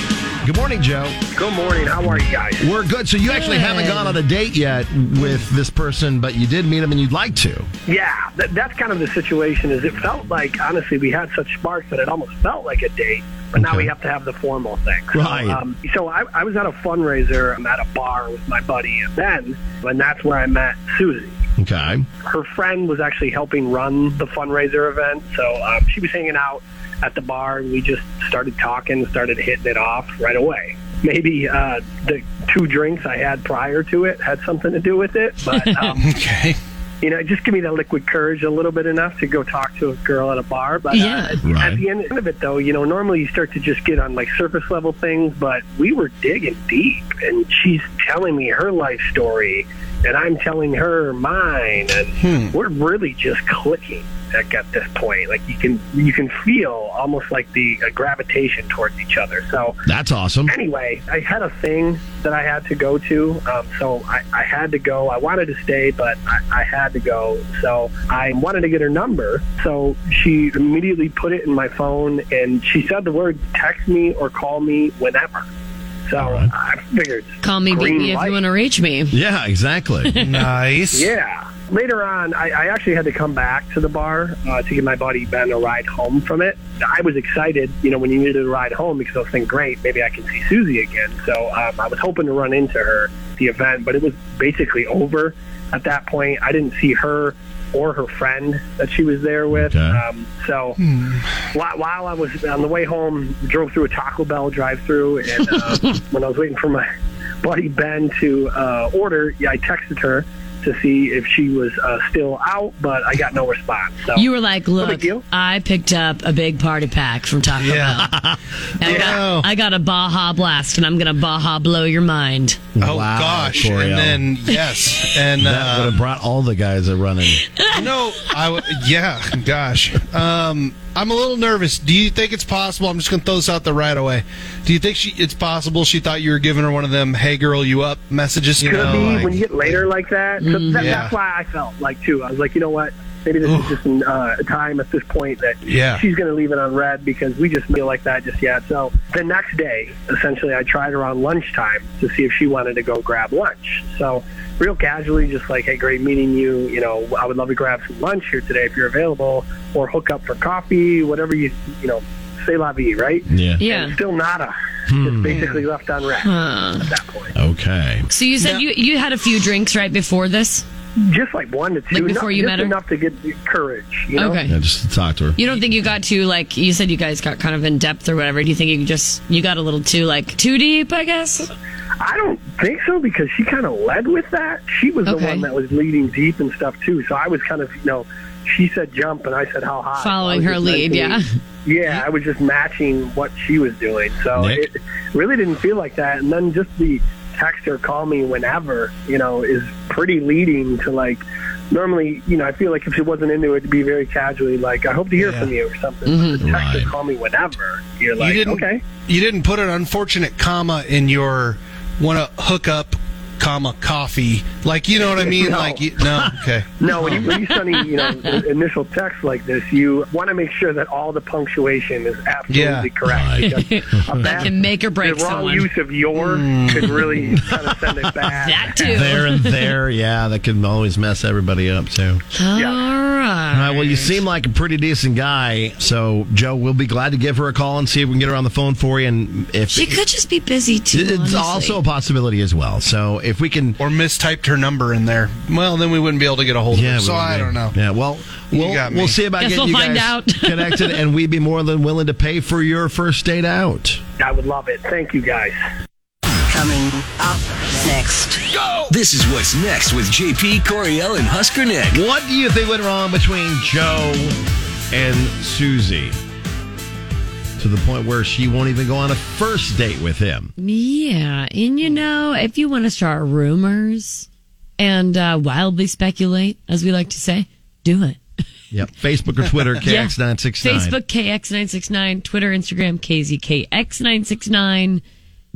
Speaker 8: Good morning, Joe.
Speaker 12: Good morning. How are you guys?
Speaker 8: We're good. So you actually haven't gone on a date yet with this person, but you did meet him and you'd like to.
Speaker 12: Yeah, that, that's kind of the situation. Is it felt like honestly we had such sparks that it almost felt like a date, but now we have to have the formal thing. So,
Speaker 8: Right.
Speaker 12: Um, so I, I was at a fundraiser. I'm at a bar with my buddy, and then and that's where I met Susie.
Speaker 8: Okay.
Speaker 12: her friend was actually helping run the fundraiser event. So um, she was hanging out at the bar, and we just started talking, started hitting it off right away. Maybe uh, the two drinks I had prior to it had something to do with it, but um,
Speaker 9: okay.
Speaker 12: You know, just give me that liquid courage a little bit enough to go talk to a girl at a bar. But
Speaker 2: Yeah.
Speaker 12: uh, at- at the end of it, though, you know, normally you start to just get on like surface level things, but we were digging deep, and she's telling me her life story, and I'm telling her mine, and we're really just clicking at, at this point. Like you can you can feel almost like the uh, gravitation towards each other. So
Speaker 8: That's awesome.
Speaker 4: Um,
Speaker 12: Anyway, I had a thing that I had to go to, um, so I, I had to go. I wanted to stay, but I, I had to go. So I wanted to get her number. So she immediately put it in my phone, and she said the word "text me" or "call me" whenever. So I figured,
Speaker 4: Call me,
Speaker 12: green
Speaker 4: baby, if
Speaker 12: light.
Speaker 4: you want to reach me.
Speaker 8: Yeah, exactly.
Speaker 12: Yeah. Later on, I, I actually had to come back to the bar uh, to give my buddy Ben a ride home from it. I was excited, you know, when you needed a ride home because I was thinking, great, maybe I can see Susie again. So um, I was hoping to run into her at the event, but it was basically over at that point. I didn't see her or her friend that she was there with. Um, so while, while I was on the way home, drove through a Taco Bell drive-through, and uh, when I was waiting for my buddy Ben to uh, order, yeah, I texted her to see if she was uh, still out, but I got no response. So
Speaker 4: You were like,
Speaker 12: No big
Speaker 4: look, I picked up a big party pack from Taco
Speaker 12: Yeah.
Speaker 4: Bell. And I, got, I got a Baja Blast, and I'm going to Baja blow your mind.
Speaker 9: (laughs) Oh gosh!
Speaker 8: Coriel.
Speaker 9: And then yes, and
Speaker 8: that
Speaker 9: uh,
Speaker 8: would have brought all the guys a running.
Speaker 9: no, I w- yeah, gosh. Um, I'm a little nervous. Do you think it's possible? I'm just going to throw this out there right away. Do you think she? It's possible she thought you were giving her one of them "Hey, girl, you up" messages. You
Speaker 12: could
Speaker 9: know,
Speaker 12: be
Speaker 9: like-
Speaker 12: when you get later like that. So
Speaker 9: Mm.
Speaker 12: that
Speaker 9: Yeah.
Speaker 12: That's why I felt like too. I was like, you know what? Maybe this is just an, uh, a time at this point that
Speaker 9: Yeah.
Speaker 12: she's going to leave it on red because we just feel like that just yet. So the next day, essentially, I tried around lunchtime to see if she wanted to go grab lunch. So real casually, just like, hey, great meeting you. You know, I would love to grab some lunch here today if you're available, or hook up for coffee, whatever you you know, say la vie, right?
Speaker 9: (laughs)
Speaker 8: Yeah.
Speaker 4: Yeah.
Speaker 12: And still nada.
Speaker 8: Hmm.
Speaker 12: Just basically left on red
Speaker 4: Huh.
Speaker 12: at that point.
Speaker 8: Okay.
Speaker 4: So you said you, you had a few drinks right before this?
Speaker 12: Just like one to two.
Speaker 4: Like before
Speaker 12: enough,
Speaker 4: you
Speaker 12: just
Speaker 4: met her?
Speaker 12: enough to get the courage. You know?
Speaker 4: Okay.
Speaker 8: Yeah, just to talk to her.
Speaker 4: You don't think you got too like you said you guys got kind of in depth or whatever? Do you think you just you got a little too like too deep? I guess.
Speaker 12: I don't think so because she kind of led with that. She was the
Speaker 4: Okay.
Speaker 12: one that was leading deep and stuff too. So I was kind of you know, she said jump and I said how high.
Speaker 4: Following
Speaker 12: I was
Speaker 4: her
Speaker 12: just
Speaker 4: lead,
Speaker 12: matching- Yeah, I was just matching what she was doing. So
Speaker 8: Nick?
Speaker 12: it really didn't feel like that. And then just the text or call me whenever you know is pretty leading to like. Normally, you know, I feel like if she wasn't into it, it'd be very casually like, "I hope to
Speaker 9: Yeah.
Speaker 12: hear
Speaker 9: Mm-hmm.
Speaker 12: from you" or something. But the text or call me whenever. You're like,
Speaker 9: you didn't,
Speaker 12: okay.
Speaker 9: You didn't put an unfortunate comma in your want to hook up, comma coffee. Like you know what I mean?
Speaker 12: (laughs) No.
Speaker 9: Like you, no, okay.
Speaker 12: No, when you, when you send a,
Speaker 9: (laughs)
Speaker 12: you know an initial text like this, you want to make sure that all the punctuation is absolutely
Speaker 9: Yeah. (laughs)
Speaker 12: correct. because a
Speaker 4: That
Speaker 12: bad-
Speaker 4: can make or break
Speaker 12: the wrong
Speaker 4: someone.
Speaker 12: use of your
Speaker 9: Mm.
Speaker 12: could really kind of send it
Speaker 4: (laughs) (laughs)
Speaker 12: back.
Speaker 4: That too.
Speaker 8: There and there, yeah, that can always mess everybody up too.
Speaker 4: All
Speaker 8: All
Speaker 4: right.
Speaker 8: right, well, you seem like a pretty decent guy, so Joe, we'll be glad to give her a call and see if we can get her on the phone for you. And if
Speaker 4: She could just be busy too.
Speaker 8: it's
Speaker 4: honestly.
Speaker 8: also a possibility as well. So if we can,
Speaker 9: Or mistyped her number in there. Well, then we wouldn't be able to get a hold of
Speaker 8: yeah,
Speaker 9: her. So
Speaker 8: we-
Speaker 9: I don't know.
Speaker 8: Yeah, well,
Speaker 9: You
Speaker 8: we'll,
Speaker 9: got me.
Speaker 8: we'll see about
Speaker 4: Guess
Speaker 8: getting
Speaker 4: we'll
Speaker 8: you
Speaker 4: find
Speaker 8: guys
Speaker 4: out. (laughs)
Speaker 8: connected, and we'd be more than willing to pay for your first date out.
Speaker 12: I would love it. Thank you, guys.
Speaker 2: Coming up next. Go! This is what's next with JP Coriel and Husker Nick.
Speaker 8: What do you think went wrong between Joe and Susie to the point where she won't even go on a first date with him?
Speaker 4: Yeah, and you know, if you want to start rumors and uh, wildly speculate, as we like to say, do it.
Speaker 8: Yep. Facebook or
Speaker 4: (laughs)
Speaker 8: Twitter,
Speaker 4: Yeah.
Speaker 8: KX969.
Speaker 4: Facebook KX nine six nine, Twitter, Instagram KZKX nine six nine.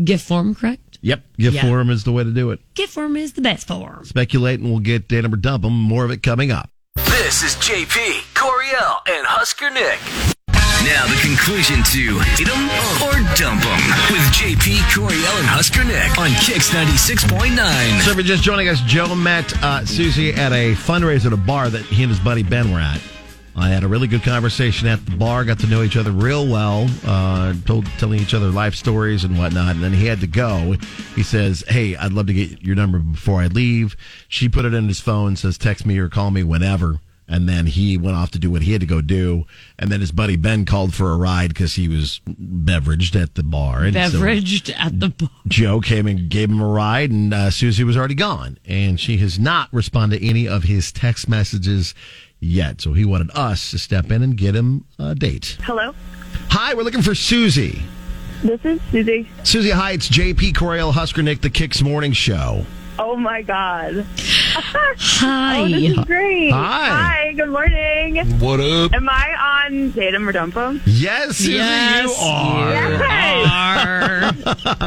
Speaker 4: Gift form correct?
Speaker 8: Yep. Gift
Speaker 4: Yeah.
Speaker 8: form is the way to do it.
Speaker 4: Gift form is the best form.
Speaker 8: Speculate and we'll get Datum or Dump 'em. More of it coming up.
Speaker 14: This is JP, Coriel, and Husker Nick. Now the conclusion to hit 'em or dump 'em with JP, Coriel, and Husker Nick on Kicks 96.9.
Speaker 8: So if you're just joining us, Joe met uh, Susie at a fundraiser at a bar that he and his buddy Ben were at. I had a really good conversation at the bar, got to know each other real well, uh, told telling each other life stories and whatnot. And then he had to go. He says, "Hey, I'd love to get your number before I leave." She put it in his phone, says, "Text me or call me whenever." And then he went off to do what he had to go do. And then his buddy Ben called for a ride because he was beveraged at the bar. And so-
Speaker 4: Beveraged at the bar.
Speaker 8: Joe came and gave him a ride, and uh, Susie was already gone, and she has not responded to any of his text messages yet. So he wanted us to step in and get him a date.
Speaker 12: Hello,
Speaker 8: Hi, we're looking for Susie.
Speaker 12: this is Susie.
Speaker 8: Susie, hi, it's JP Coriel Husker Nick, the Kicks Morning Show.
Speaker 12: Oh my God.
Speaker 4: Hi.
Speaker 12: (laughs) Oh, this is great.
Speaker 8: Hi.
Speaker 12: Hi. Good morning.
Speaker 8: What up?
Speaker 12: Am I on Datum or Dump 'Em?
Speaker 8: Yes, Susie, you are. Uh,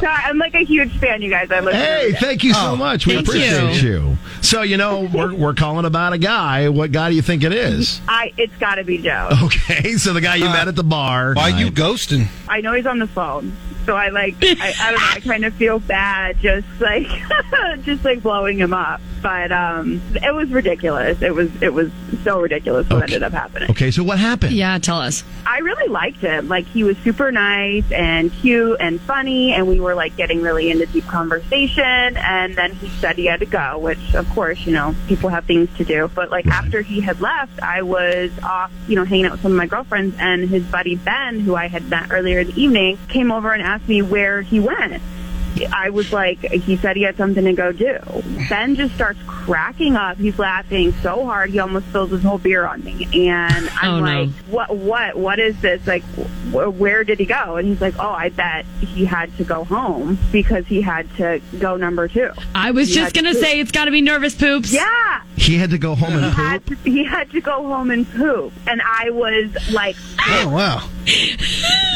Speaker 12: Sorry, I'm like a huge fan, you guys. I listen.
Speaker 8: Hey,
Speaker 12: every day.
Speaker 8: Oh, thank you so much. We appreciate you. So, you know, we're, we're calling about a guy. What guy do you think it is? (laughs)
Speaker 12: I. It's got to be Joe.
Speaker 8: Okay, so the guy you met at the bar. Uh, Why you
Speaker 9: ghosting?
Speaker 12: I know he's on the phone, so I like. I, I don't know. I kind of feel bad, just like, (laughs) just like blowing him up. But um, it was ridiculous. It was. It was so ridiculous what ended up happening.
Speaker 8: Okay, so what happened?
Speaker 4: Yeah, tell us.
Speaker 12: I really liked him. Like he was super nice and cute and funny, and we were like getting really into deep conversation. And then he said he had to go, which of course, you know, people have things to do. But like after he had left, I was off, you know, hanging out with some of my girlfriends, and his buddy Ben, who I had met earlier in the evening, came over and asked me where he went. I was like, he said he had something to go do. Ben just starts cracking up. He's laughing so hard he almost spills his whole beer on me, and
Speaker 4: Oh,
Speaker 12: I'm
Speaker 4: no.
Speaker 12: like, what what what is this like wh- where did he go and he's like oh i bet he had to go home because he had to go number two
Speaker 4: I was just gonna say it's got to be nervous poops.
Speaker 12: Yeah,
Speaker 8: He had to go home and poop.
Speaker 12: had to, he had to go home and poop and i was like
Speaker 9: Oh wow.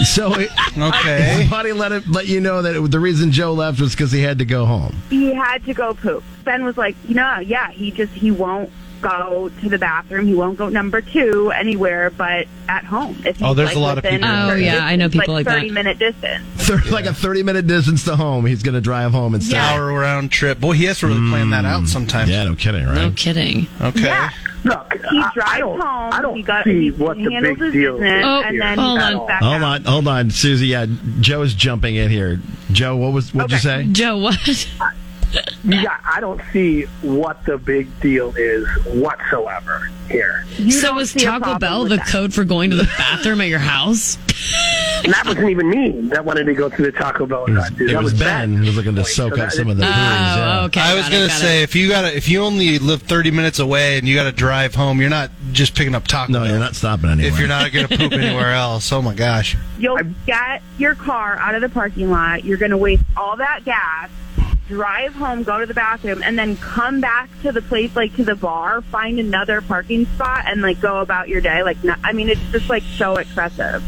Speaker 8: So it,
Speaker 9: (laughs) Okay.
Speaker 8: his buddy let it let you know that it, the reason Joe left was because he had to go home.
Speaker 12: he had to go poop ben was like no yeah he just he won't go to the bathroom he won't go number two anywhere but at home if
Speaker 8: Oh,
Speaker 12: he's,
Speaker 8: there's
Speaker 12: like,
Speaker 8: a lot of
Speaker 12: within
Speaker 8: people like
Speaker 12: certain
Speaker 8: that. Oh, yeah, I know
Speaker 12: distance,
Speaker 8: people like that.
Speaker 12: 30 minute distance
Speaker 8: Thir Like a thirty minute distance to home, he's going to drive home and
Speaker 12: Yeah.
Speaker 9: Hour round trip. Boy, he has to really plan that out sometimes.
Speaker 8: Mm, Yeah, no kidding, right? No
Speaker 4: kidding.
Speaker 9: Okay.
Speaker 12: Look, he drives home. he got, he handles his business, and then he goes back
Speaker 8: Oh, Hold on, hold on, Susie. Yeah, Joe's jumping in here. Joe, what was what would you say?
Speaker 4: Joe, what?
Speaker 2: Yeah, I don't see what the big deal is whatsoever here.
Speaker 4: so is Taco Bell the code for going to the bathroom at your house?
Speaker 2: And that wasn't even me that wanted to go to the Taco Bell. and not do.
Speaker 8: It
Speaker 2: that
Speaker 8: was Ben who was looking to soak up some of the
Speaker 4: Oh,
Speaker 8: booze. yeah.
Speaker 9: I was gonna say if you gotta if you only live thirty minutes away and you gotta drive home, you're not just picking up tacos. No, you're
Speaker 8: not stopping anywhere.
Speaker 9: If you're not gonna
Speaker 8: (laughs)
Speaker 9: poop anywhere else, oh my gosh.
Speaker 12: You'll get your car out of the parking lot. You're going to waste all that gas, drive home, go to the bathroom, and then come back to the place, like to the bar, find another parking spot, and like go about your day. Like, not, I mean, it's just like so excessive.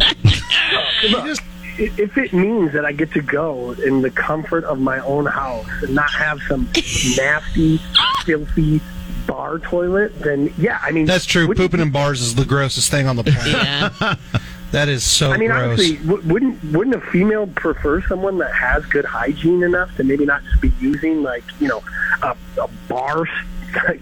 Speaker 2: Look, if it means that I get to go in the comfort of my own house and not have some nasty, filthy bar toilet, then yeah, I mean
Speaker 9: That's true.
Speaker 2: wouldn't-
Speaker 9: Pooping in bars is the grossest thing on the planet. (laughs) That is so
Speaker 2: I mean,
Speaker 9: gross.
Speaker 2: honestly, w- wouldn't wouldn't a female prefer someone that has good hygiene enough to maybe not just be using like you know a, a bar s-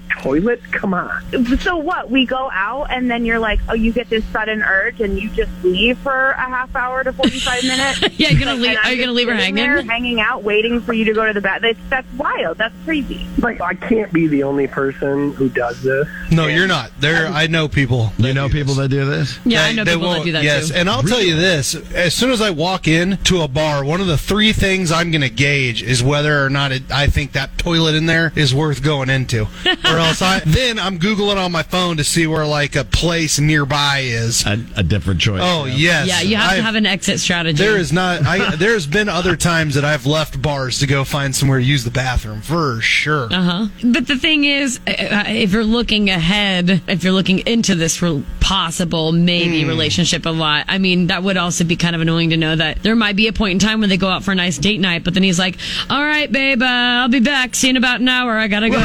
Speaker 2: (laughs) toilet? Come on.
Speaker 12: so what? We go out, and then you're like, oh, you get this sudden urge, and you just leave for a half hour to 45 minutes?
Speaker 4: (laughs) Yeah, you're gonna
Speaker 12: Like,
Speaker 4: leave-
Speaker 12: and I'm
Speaker 4: are you gonna
Speaker 12: just
Speaker 4: leave her
Speaker 12: sitting
Speaker 4: hanging?
Speaker 12: there, hanging out, waiting for you to go to the bathroom. That's wild. That's crazy.
Speaker 2: Like, I can't be the only person who does this.
Speaker 9: No, you're not. There, I know people. You
Speaker 8: know people that do this.
Speaker 9: Yeah,
Speaker 2: I know people that do that,
Speaker 9: Yes,
Speaker 2: too.
Speaker 9: and I'll tell you this: as soon as I walk in to a bar, one of the three things I'm going to gauge is whether or not it, I think that toilet in there is worth going into, or no. So I, then I'm googling on my phone to see where like a place nearby is.
Speaker 8: A, a different choice.
Speaker 9: Oh yes.
Speaker 4: Yeah, you have to
Speaker 9: I've-
Speaker 4: have an exit strategy.
Speaker 9: There is not. I, there's been other times that I've left bars to go find somewhere to use the bathroom for sure.
Speaker 4: Uh huh. But the thing is, uh, uh, if you're looking ahead, if you're looking into this re- possible maybe
Speaker 15: Hmm.
Speaker 4: relationship a lot, I mean, that would also be kind of annoying to know that there might be a point in time when they go out for a nice date night, but then he's like, "All right, babe, uh, I'll be back. See you in about an hour. I gotta go.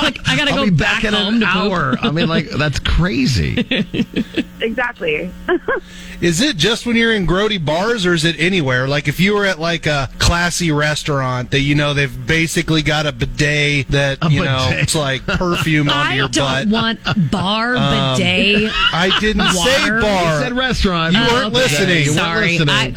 Speaker 4: like, I gotta
Speaker 8: I'll
Speaker 4: go
Speaker 8: be
Speaker 4: back,
Speaker 8: back, in
Speaker 4: home
Speaker 8: an
Speaker 4: to poop." Oh,
Speaker 8: hour. I mean, like
Speaker 4: (laughs)
Speaker 8: that's crazy.
Speaker 16: Exactly.
Speaker 9: Is it just when you're in grody bars, or is it anywhere? Like if you were at like a classy restaurant that you know they've basically got a bidet that you know
Speaker 4: bidet.
Speaker 9: it's like
Speaker 4: (laughs)
Speaker 9: perfume onto
Speaker 4: I
Speaker 9: your butt.
Speaker 4: don't want bar
Speaker 9: Um,
Speaker 4: bidet.
Speaker 9: I didn't say
Speaker 4: water.
Speaker 9: bar.
Speaker 4: You said
Speaker 8: restaurant.
Speaker 9: You
Speaker 4: Oh,
Speaker 9: weren't
Speaker 4: okay.
Speaker 9: listening. You weren't
Speaker 4: Sorry.
Speaker 9: listening.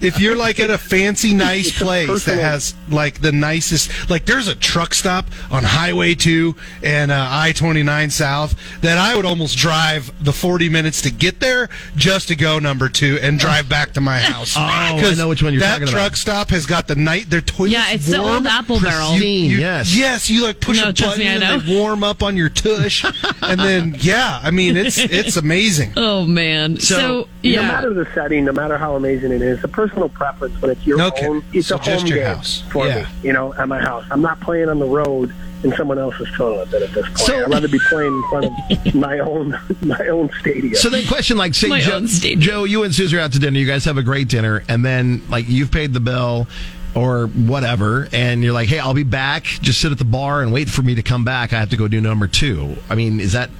Speaker 9: if you're like at a
Speaker 4: (laughs)
Speaker 9: fancy, nice place that has like the nicest, like there's a truck stop on Highway 2 and uh, I 29 South that I would almost drive the 40 minutes to get there just to go number two and drive back to my house.
Speaker 8: Oh, I
Speaker 9: 'Cause
Speaker 8: know which one you're
Speaker 9: that
Speaker 8: talking about.
Speaker 9: truck stop has got the night their toilet.
Speaker 4: Yeah, it's the old apple barrel.
Speaker 8: Pristine, yes.
Speaker 9: Yes, you like push
Speaker 4: No,
Speaker 9: a
Speaker 4: trust
Speaker 9: button
Speaker 4: me, I
Speaker 9: and
Speaker 4: know.
Speaker 9: they warm up on your tush, and then yeah, I mean it's
Speaker 4: (laughs)
Speaker 9: it's amazing.
Speaker 4: Oh man. So, yeah.
Speaker 12: No matter the setting, no matter how amazing it is, the personal preference when it's your
Speaker 9: Okay.
Speaker 12: own, it's
Speaker 9: So
Speaker 12: a home
Speaker 9: just your
Speaker 12: game
Speaker 9: house.
Speaker 12: for
Speaker 9: Yeah.
Speaker 12: me. You know, at my house, I'm not playing on the road in someone else's toilet at this point. I'd rather be playing in front
Speaker 9: (laughs)
Speaker 12: of my own my own stadium.
Speaker 8: So then, question like, say,
Speaker 12: My
Speaker 8: Joe,
Speaker 12: own
Speaker 8: Joe, you and Susie are out to dinner. You guys have a great dinner, and then like you've paid the bill or whatever, and you're like, hey, I'll be back. Just sit at the bar and wait for me to come back. I have to go do number two. I mean, is that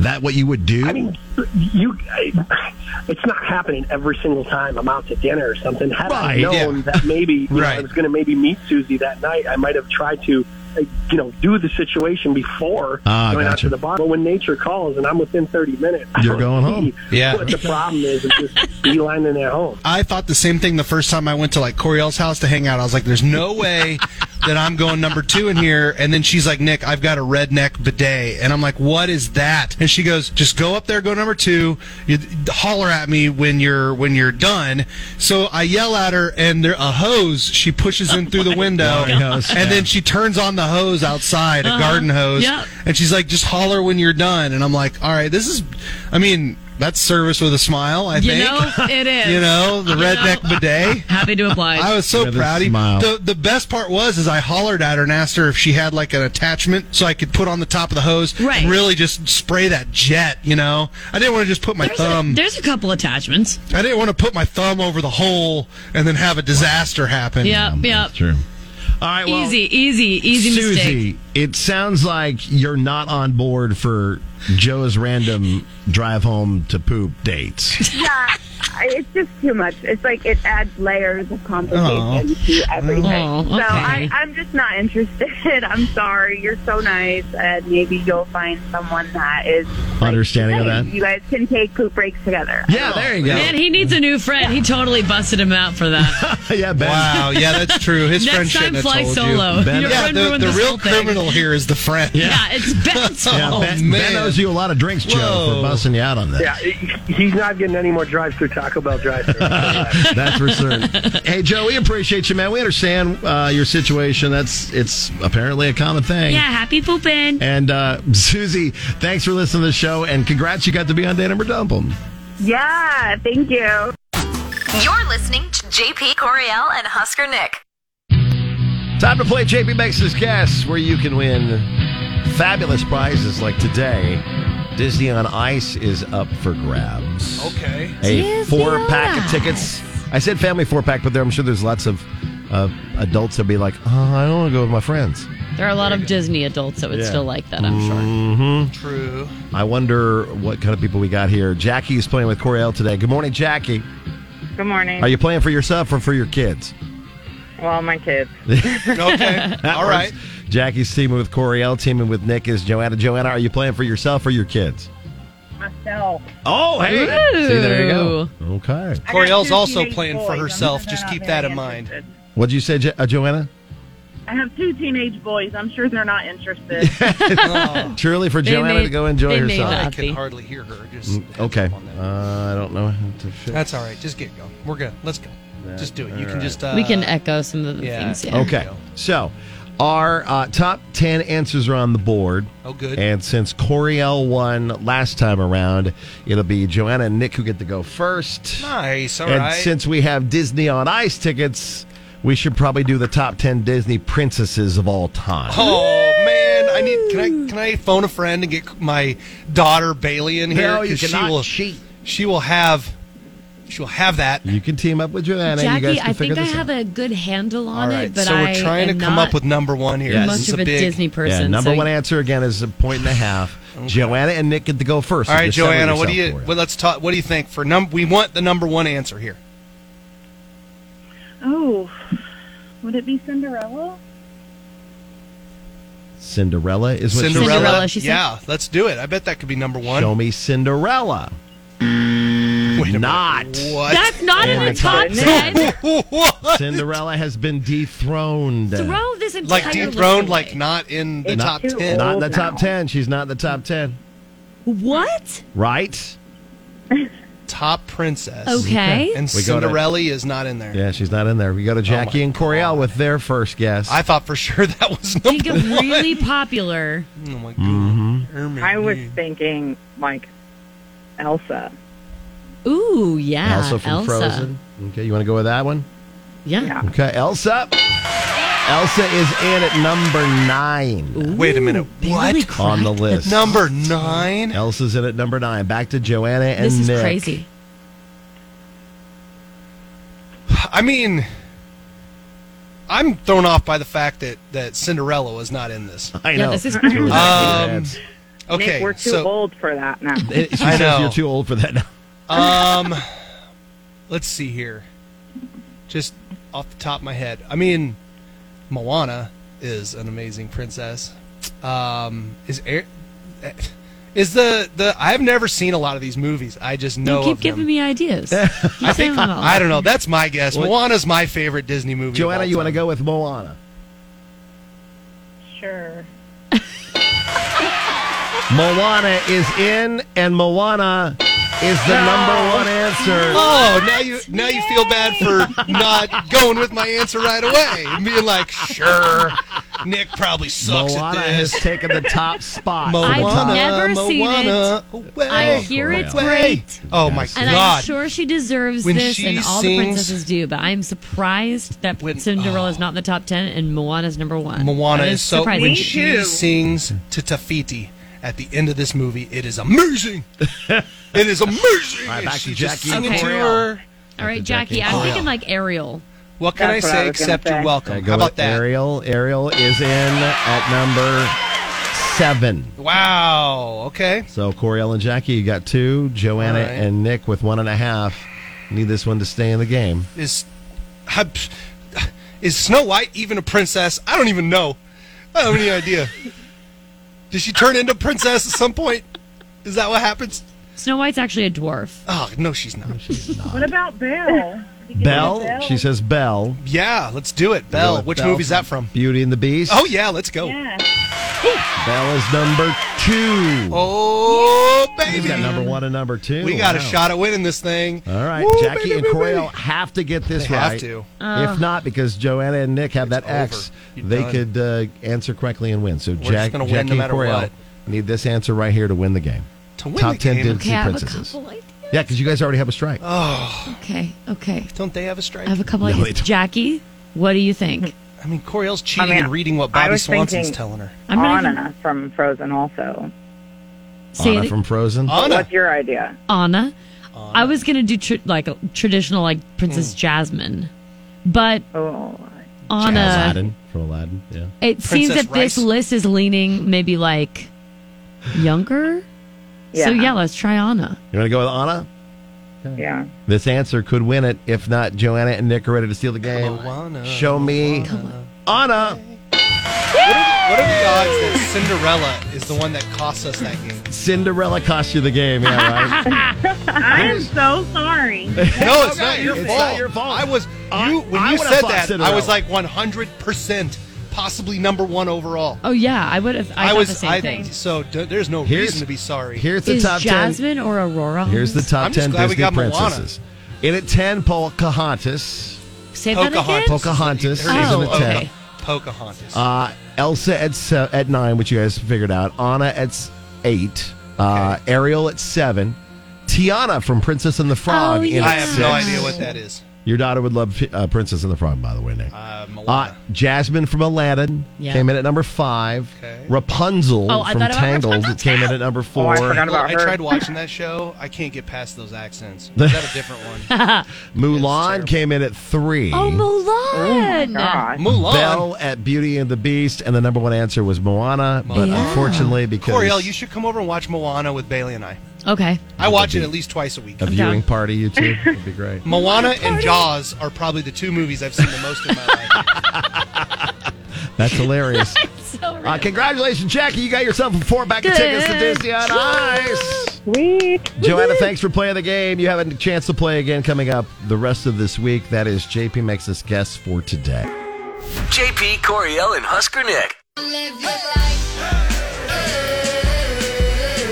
Speaker 8: that what you would do? I mean,
Speaker 12: you, I, it's not happening every single time I'm out to dinner or something. Had
Speaker 8: Right,
Speaker 12: I known
Speaker 8: yeah.
Speaker 12: that maybe you know,
Speaker 8: Right.
Speaker 12: I was going to maybe meet Susie that night, I might have tried to, uh, you know, do the situation before
Speaker 8: Ah,
Speaker 12: going out
Speaker 8: gotcha.
Speaker 12: to the bar. But when nature calls and I'm within 30 minutes, I
Speaker 8: You're
Speaker 12: don't
Speaker 8: going
Speaker 12: see
Speaker 8: home.
Speaker 9: Yeah.
Speaker 12: what the problem is is just beelining at home.
Speaker 9: I thought the same thing the first time I went to like Coriel's house to hang out. I was like, "There's no way that I'm going number two in here." And then she's like, "Nick, I've got a redneck bidet," and I'm like, "What is that?" And she goes, "Just go up there, go number two. You holler at me when you're when you're done." So I yell at her, and there a hose she pushes in through the
Speaker 4: (laughs)
Speaker 9: window,
Speaker 8: Garden hose,
Speaker 9: and then she turns on the hose outside, a
Speaker 4: Uh-huh.
Speaker 9: garden hose,
Speaker 4: Yep.
Speaker 9: and she's like, "Just holler when you're done." And I'm like, "All right, this is, I mean." That's service with a smile, I
Speaker 4: You
Speaker 9: think.
Speaker 4: know, it is.
Speaker 9: You know, the
Speaker 4: You
Speaker 9: redneck
Speaker 4: know.
Speaker 9: bidet.
Speaker 4: Happy to oblige.
Speaker 9: I was so proud. of you.
Speaker 8: smile.
Speaker 9: The the best part was is I hollered at her and asked her if she had like an attachment so I could put on the top of the hose
Speaker 4: Right.
Speaker 9: and really just spray that jet, you know. I didn't want to just put my
Speaker 4: There's a-
Speaker 9: thumb
Speaker 4: there's a couple attachments.
Speaker 9: I didn't want to put my thumb over the hole and then have a disaster happen.
Speaker 4: Yep, yep.
Speaker 8: true. All right, well,
Speaker 4: Um, easy, easy, easy
Speaker 8: Susie,
Speaker 4: mistake.
Speaker 8: it sounds like you're not on board for Joe's random drive home to poop
Speaker 1: (laughs)
Speaker 8: dates.
Speaker 16: yeah, I- it's just too much. It's like it adds layers of complication to everything.
Speaker 4: Oh,
Speaker 16: So
Speaker 4: okay.
Speaker 16: I, I'm just not interested. (laughs) I'm sorry. You're so nice, and maybe you'll find someone that is.
Speaker 8: Understanding of that?
Speaker 16: You guys can take poop breaks together.
Speaker 8: Yeah, there you go.
Speaker 4: Man, he needs a new friend. He totally busted him out for that.
Speaker 8: (laughs) yeah, Ben.
Speaker 9: Wow, yeah,
Speaker 4: (laughs)
Speaker 9: that's true. His
Speaker 4: Next
Speaker 9: friend
Speaker 4: time,
Speaker 9: shouldn't have
Speaker 4: fly
Speaker 9: told
Speaker 4: solo.
Speaker 9: you. Ben,
Speaker 4: Your
Speaker 9: yeah,
Speaker 4: friend
Speaker 9: the,
Speaker 4: ruined
Speaker 9: the
Speaker 4: this
Speaker 9: real
Speaker 4: whole thing.
Speaker 9: criminal here is the friend.
Speaker 4: (laughs) Yeah, it's Ben's
Speaker 8: Yeah,
Speaker 4: fault.
Speaker 8: ben, ben owes you a lot of drinks, Joe,
Speaker 9: Whoa.
Speaker 8: for busting you out on that.
Speaker 12: Yeah, he- he's not getting any more drive-through Taco
Speaker 2: (laughs)
Speaker 12: Bell drive-through.
Speaker 8: That's for certain. hey, Joe, we appreciate you, man. We understand uh, your situation. That's it's apparently a common thing.
Speaker 4: Yeah, happy pooping.
Speaker 8: And uh, (laughs) Susie, thanks for listening to the show, and congrats, you got to be on Day Number Dumplin'.
Speaker 16: Yeah, thank you.
Speaker 1: You're listening to JP Coriel and Husker Nick.
Speaker 8: Time to play JP Makes His Guess, where you can win fabulous prizes like today. Disney on Ice is up for grabs.
Speaker 9: Okay.
Speaker 8: A four pack of tickets. I said family four pack, but there I'm sure there's lots of uh, adults that be like, oh, I don't want to go with my friends.
Speaker 4: There are a lot of Disney adults that would
Speaker 8: Yeah.
Speaker 4: still like that, I'm
Speaker 9: Mm.
Speaker 4: sure.
Speaker 8: Mhm.
Speaker 9: True.
Speaker 8: I wonder what kind of people we got here. Jackie's playing with Coriel today. Good morning, Jackie.
Speaker 17: Good morning.
Speaker 8: Are you playing for yourself or for your kids?
Speaker 17: Well, my kids.
Speaker 9: (laughs)
Speaker 4: (laughs)
Speaker 9: okay.
Speaker 8: That
Speaker 9: All
Speaker 8: works.
Speaker 9: right.
Speaker 8: Jackie's teaming with Coriel, teaming with Nick is Joanna. Joanna, are you playing for yourself or your kids?
Speaker 17: Myself.
Speaker 8: Oh, hey. See, there you go. Okay.
Speaker 9: Coriel's
Speaker 17: two
Speaker 9: also
Speaker 17: teenage
Speaker 9: playing
Speaker 17: boys.
Speaker 9: for
Speaker 17: I'm
Speaker 9: herself.
Speaker 17: sure
Speaker 9: Just
Speaker 17: they're
Speaker 9: keep
Speaker 17: not
Speaker 9: that
Speaker 17: very
Speaker 9: in mind.
Speaker 8: What'd you say, jo- uh, Joanna?
Speaker 17: I have two teenage boys. I'm sure they're not
Speaker 8: (laughs)
Speaker 17: interested.
Speaker 8: Truly for
Speaker 17: They
Speaker 8: Joanna
Speaker 17: may-
Speaker 8: to go enjoy
Speaker 17: they may
Speaker 8: herself.
Speaker 9: I can hardly hear her. Just
Speaker 8: Mm, Okay. Uh, I don't know how to fix
Speaker 9: That's all right. Just get going. We're good. Let's go.
Speaker 8: That-
Speaker 9: just do it. You
Speaker 8: all
Speaker 9: can
Speaker 8: right.
Speaker 9: just. Uh,
Speaker 4: we can echo some of the things. Yeah.
Speaker 8: Okay. So, Our uh, top 10 answers are on the board.
Speaker 9: Oh, good.
Speaker 8: And since Coriel won last time around, it'll be Joanna and Nick who get to go first.
Speaker 9: Nice. Ah, all right.
Speaker 8: and since we have Disney on Ice tickets, we should probably do the top 10 Disney princesses of all time.
Speaker 9: Oh man, I need. Can I can I phone a friend and get my daughter Bailey in here?
Speaker 8: No, you
Speaker 9: 'Cause
Speaker 8: cannot
Speaker 9: she, she will have. She will have that.
Speaker 8: You can team up with Joanna.
Speaker 4: Jackie, I think I have a good handle on it, but
Speaker 9: so
Speaker 4: I
Speaker 9: we're trying to
Speaker 4: am
Speaker 9: come
Speaker 4: not
Speaker 9: up with number one here.
Speaker 4: Yes.
Speaker 9: This
Speaker 4: much
Speaker 9: is
Speaker 4: of a
Speaker 9: big-
Speaker 4: Disney person,
Speaker 8: Yeah, number
Speaker 4: so-
Speaker 8: one answer again is a point and a half. Joanna and Nick get to go first.
Speaker 9: All
Speaker 8: So
Speaker 9: right,
Speaker 8: just settle
Speaker 9: Joanna, what do
Speaker 8: yourself
Speaker 9: you?
Speaker 8: for it.
Speaker 9: Well, let's talk. What do you think for number? We want the number one answer here.
Speaker 17: Oh, would it be Cinderella?
Speaker 8: Cinderella is what she
Speaker 9: Cinderella.
Speaker 8: said.
Speaker 9: yeah, let's do it. I bet that could be number one.
Speaker 8: Show me Cinderella. not.
Speaker 9: What?
Speaker 4: That's (laughs) not in
Speaker 8: Oh
Speaker 4: the
Speaker 8: my
Speaker 4: top
Speaker 8: God.
Speaker 9: (laughs)
Speaker 4: ten.
Speaker 8: Cinderella has been dethroned.
Speaker 4: Throw this entire
Speaker 9: Like
Speaker 4: list
Speaker 9: dethroned,
Speaker 4: away.
Speaker 9: like not in the
Speaker 8: Not-
Speaker 9: top ten.
Speaker 8: Not in the top ten. She's not in the top ten.
Speaker 4: what?
Speaker 8: Right?
Speaker 9: Top princess.
Speaker 4: Okay.
Speaker 9: And
Speaker 8: We go to-
Speaker 9: Cinderella is not in there.
Speaker 8: Yeah, she's not in there. We go to Jackie and Coriel with their first guess.
Speaker 9: Oh I thought for sure that was number
Speaker 4: Think of
Speaker 9: (laughs)
Speaker 4: really popular.
Speaker 9: Oh my god.
Speaker 8: Mhm.
Speaker 15: I was
Speaker 9: Mm-hmm.
Speaker 15: thinking like Elsa.
Speaker 4: Ooh, yeah,
Speaker 8: Elsa from Frozen. Okay, you want to go with that one?
Speaker 4: Yeah.
Speaker 8: Okay, Elsa. Elsa is in at number nine.
Speaker 9: Wait a minute. What?
Speaker 8: On the list.
Speaker 9: Number nine.
Speaker 8: Elsa's in at number nine. Back to Joanna
Speaker 4: (laughs)
Speaker 8: and
Speaker 4: This is
Speaker 8: Nick.
Speaker 4: crazy.
Speaker 9: I mean, I'm thrown off by the fact that that Cinderella was not in this.
Speaker 8: I know.
Speaker 9: Um, okay,
Speaker 15: Nick, we're too
Speaker 9: so-
Speaker 15: old for that now.
Speaker 8: It- she
Speaker 9: I
Speaker 8: says
Speaker 9: know.
Speaker 8: you're too old for that now.
Speaker 9: Um, let's see here. Just off the top of my head, I mean, Moana is an amazing princess. Um, is Air, is the the I've never seen a lot of these movies. I just know
Speaker 4: you keep
Speaker 9: of
Speaker 4: giving
Speaker 9: them.
Speaker 4: me
Speaker 8: (laughs)
Speaker 4: ideas. I
Speaker 9: I think I don't know. That's my guess.
Speaker 8: Well-
Speaker 9: Moana's my favorite Disney movie.
Speaker 8: Joanna, you want
Speaker 9: want
Speaker 8: to go with Moana?
Speaker 15: Sure.
Speaker 8: Moana is in, and Moana is the number one answer.
Speaker 9: Oh, now you now you feel bad for (laughs) not going with my answer right away and being like, sure, Nick probably sucks
Speaker 8: Moana
Speaker 9: at this.
Speaker 8: has taken the top spot.
Speaker 9: (laughs) Moana,
Speaker 4: I've never seen
Speaker 9: Moana,
Speaker 4: it.
Speaker 9: away.
Speaker 4: I hear it's
Speaker 9: Away.
Speaker 4: great.
Speaker 9: Oh my
Speaker 4: And I'm
Speaker 9: god!
Speaker 4: sure she deserves
Speaker 9: When
Speaker 4: this,
Speaker 9: she
Speaker 4: and all the
Speaker 9: sings- oh.
Speaker 4: princesses do. But I'm surprised that Cinderella is not in the top ten, and Moana's number one.
Speaker 9: Moana
Speaker 4: That
Speaker 9: is so
Speaker 4: surprising.
Speaker 9: when she sings to Tafiti at the end of this movie, it is
Speaker 8: (laughs)
Speaker 9: amazing. it is amazing.
Speaker 8: All right,
Speaker 9: And
Speaker 8: back to
Speaker 9: she just
Speaker 8: Jackie and
Speaker 9: singing to
Speaker 8: Coriel.
Speaker 9: her.
Speaker 4: all right,
Speaker 8: Jackie.
Speaker 4: Jackie. I'm
Speaker 8: Oh, yeah.
Speaker 4: thinking like Ariel.
Speaker 9: What can
Speaker 15: That's
Speaker 9: I
Speaker 15: what I
Speaker 9: say
Speaker 15: was gonna
Speaker 9: except you're
Speaker 15: say.
Speaker 8: I
Speaker 9: welcome?
Speaker 8: go
Speaker 9: How about
Speaker 8: with
Speaker 9: that?
Speaker 8: Ariel. Ariel is in at number seven.
Speaker 9: Wow. Okay.
Speaker 8: So Coriel and Jackie, you got two. Joanna
Speaker 9: All right.
Speaker 8: and Nick with one and a half. Need this one to stay in the game.
Speaker 9: Is hub- is Snow White even a princess? I don't even know. I don't have any
Speaker 8: (laughs)
Speaker 9: idea. Did she turn into princess at some point? Is that what happens?
Speaker 4: Snow White's actually a dwarf.
Speaker 9: Oh no, she's not.
Speaker 17: What
Speaker 15: (laughs)
Speaker 17: about Belle?
Speaker 8: Belle, she says Belle.
Speaker 9: Yeah, let's do it. Belle.
Speaker 8: With
Speaker 9: Which
Speaker 8: Belle
Speaker 9: movie's that from?
Speaker 8: Beauty and the Beast.
Speaker 9: Oh yeah, let's go.
Speaker 8: Belle is number two.
Speaker 9: Oh
Speaker 8: She's
Speaker 9: baby,
Speaker 8: got number one and number two.
Speaker 9: we got a
Speaker 8: Wow.
Speaker 9: shot at winning this thing.
Speaker 8: All right,
Speaker 9: Woo,
Speaker 8: Jackie
Speaker 9: baby,
Speaker 8: and
Speaker 9: baby.
Speaker 8: Coriel have to get this
Speaker 9: They
Speaker 8: right.
Speaker 9: have to.
Speaker 8: if not, because Joanna and Nick have that X,
Speaker 9: You're
Speaker 8: they
Speaker 9: done.
Speaker 8: could uh, answer correctly and win. So
Speaker 9: just
Speaker 8: Jack,
Speaker 9: gonna
Speaker 8: Jackie
Speaker 9: win no
Speaker 8: and
Speaker 9: matter
Speaker 8: Coriel
Speaker 9: what.
Speaker 8: need this answer right here to win the game.
Speaker 9: To win
Speaker 8: Top
Speaker 9: the
Speaker 8: ten
Speaker 9: game.
Speaker 8: Disney
Speaker 4: Okay, I have a
Speaker 8: princesses.
Speaker 4: couple ideas.
Speaker 8: Yeah, because you guys already have a strike.
Speaker 9: Oh,
Speaker 4: Okay, okay.
Speaker 9: don't they have a strike?
Speaker 4: I have a couple
Speaker 8: No, they
Speaker 4: ideas.
Speaker 8: don't.
Speaker 4: Jackie, what do you think?
Speaker 9: I mean, Coriel's cheating
Speaker 15: I mean,
Speaker 9: and reading what
Speaker 15: I
Speaker 9: Bobby
Speaker 15: was
Speaker 9: Swanson's
Speaker 15: thinking
Speaker 9: telling her.
Speaker 4: I'm not
Speaker 15: Anna from Frozen also.
Speaker 4: Say
Speaker 8: Anna
Speaker 4: it-
Speaker 8: from Frozen.
Speaker 9: Anna.
Speaker 15: What's your idea?
Speaker 4: Anna. I was gonna do tr- like a traditional like Princess
Speaker 8: Mm.
Speaker 4: Jasmine, but
Speaker 15: Oh,
Speaker 4: Anna.
Speaker 8: Aladdin from Aladdin. Yeah.
Speaker 4: It seems
Speaker 9: Princess
Speaker 4: that this
Speaker 9: Rice.
Speaker 4: list is leaning maybe like younger. So
Speaker 15: Yeah.
Speaker 4: yeah, let's try Anna.
Speaker 8: You want to go with Anna?
Speaker 15: yeah.
Speaker 8: This answer could win it. If not, Joanna and Nick are ready to steal the game.
Speaker 9: Moana,
Speaker 8: Show me Anna.
Speaker 9: What are the odds that Cinderella is the one that cost us that game?
Speaker 8: Cinderella cost you the game. Yeah, right.
Speaker 4: (laughs)
Speaker 17: I am so sorry.
Speaker 9: No, it's not your
Speaker 8: It's
Speaker 9: fault.
Speaker 8: not your fault.
Speaker 9: I was
Speaker 8: I-
Speaker 9: you when
Speaker 8: I
Speaker 9: you
Speaker 8: would've
Speaker 9: said
Speaker 8: thought
Speaker 9: that. I
Speaker 8: Cinderella.
Speaker 9: was like 100 percent, possibly number one overall.
Speaker 4: Oh yeah, I would have. I,
Speaker 9: I,
Speaker 4: thought
Speaker 9: was.
Speaker 4: the same
Speaker 9: I
Speaker 4: thing.
Speaker 9: so d- there's no
Speaker 8: Here's-
Speaker 9: reason to be sorry.
Speaker 8: Here's the
Speaker 4: Is
Speaker 8: top ten.
Speaker 4: Jasmine or Aurora? on
Speaker 8: Here's the
Speaker 4: this?
Speaker 8: top
Speaker 9: I'm just
Speaker 8: ten
Speaker 9: glad we
Speaker 8: Disney
Speaker 9: got Moana.
Speaker 8: princesses. In at ten, Pocahontas.
Speaker 4: Say that again.
Speaker 9: Pocahontas.
Speaker 8: Pocahontas is
Speaker 4: Oh,
Speaker 8: in at ten.
Speaker 4: okay.
Speaker 9: Pocahontas.
Speaker 8: Uh, Elsa at se- at nine, which you guys figured out. Anna at s- eight. Uh, Ariel at seven. Tiana from Princess and the Frog.
Speaker 9: Oh,
Speaker 8: in
Speaker 9: I
Speaker 8: at
Speaker 9: have no
Speaker 8: six.
Speaker 9: idea what that is.
Speaker 8: Your daughter would love uh, Princess and the Frog, by the way, Nick.
Speaker 9: Uh, Moana.
Speaker 8: Uh, Jasmine from Aladdin
Speaker 9: Yeah.
Speaker 8: came in at number five. Rapunzel
Speaker 9: Oh, I
Speaker 8: from
Speaker 9: thought about
Speaker 8: Tangled came in at number four.
Speaker 9: Oh, I tried watching that show. I can't get past those
Speaker 8: (laughs)
Speaker 9: accents. Is that a different one?
Speaker 8: Mulan came in at three.
Speaker 4: Oh,
Speaker 9: Oh,
Speaker 15: Oh
Speaker 12: Oh,
Speaker 4: Mulan!
Speaker 9: (laughs) Mulan.
Speaker 8: Belle at Beauty and the Beast, and the number one answer was Moana, but
Speaker 9: Moana.
Speaker 8: unfortunately, because
Speaker 9: Coriel, you should come over and watch Moana with Bailey and I.
Speaker 4: Okay.
Speaker 9: I watch it at least twice a week.
Speaker 8: a viewing party, you two would be great.
Speaker 9: Moana and Jaws are probably the two movies I've seen the most in my life.
Speaker 8: (laughs) That's hilarious.
Speaker 4: so
Speaker 8: uh, congratulations, Jackie! You got yourself a four pack of tickets to Disney on Ice. Joanna, thanks for playing the game. You have a chance to play again coming up the rest of this week. That is JP makes us guess for today.
Speaker 2: JP Coriel and Husker Nick.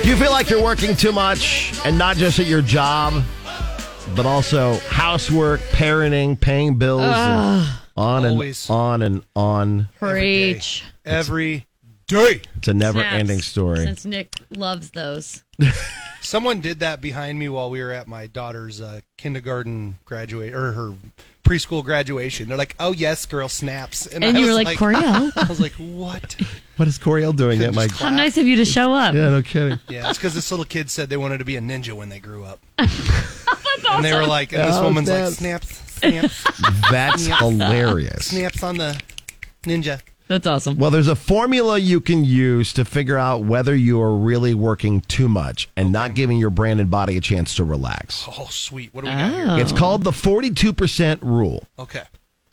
Speaker 8: Do you feel like you're working too much and not just at your job, but also housework, parenting, paying bills, and
Speaker 9: Ugh.
Speaker 8: on and
Speaker 9: Always.
Speaker 8: on and on?
Speaker 4: Preach.
Speaker 9: Every day.
Speaker 8: It's a never ending
Speaker 4: Snaps.
Speaker 8: story.
Speaker 4: Since Nick loves those.
Speaker 9: Someone did that behind me while we were at my daughter's uh, kindergarten graduate or her preschool graduation. They're like, "Oh yes, girl snaps,"
Speaker 4: And
Speaker 9: I
Speaker 4: you were
Speaker 9: was
Speaker 4: like, "Coriel?"
Speaker 8: (laughs)
Speaker 9: I was like, "What?"
Speaker 8: What is Coriel doing at my?
Speaker 4: How nice of you to show up.
Speaker 8: Yeah, no kidding.
Speaker 9: (laughs) Yeah, it's because this little kid said they wanted to be a ninja when they grew
Speaker 4: (laughs)
Speaker 9: up, and they were like, and this
Speaker 8: Oh,
Speaker 9: woman's
Speaker 8: snaps.
Speaker 9: like, "Snaps, snaps."
Speaker 8: That's
Speaker 9: snaps,
Speaker 8: hilarious.
Speaker 9: Snaps on the ninja.
Speaker 4: That's awesome.
Speaker 8: Well, there's a formula you can use to figure out whether you are really working too much and not giving your brain and body a chance to relax.
Speaker 9: Oh, sweet. What do we got here?
Speaker 8: It's called the 42% rule.
Speaker 4: Oh.
Speaker 9: Okay.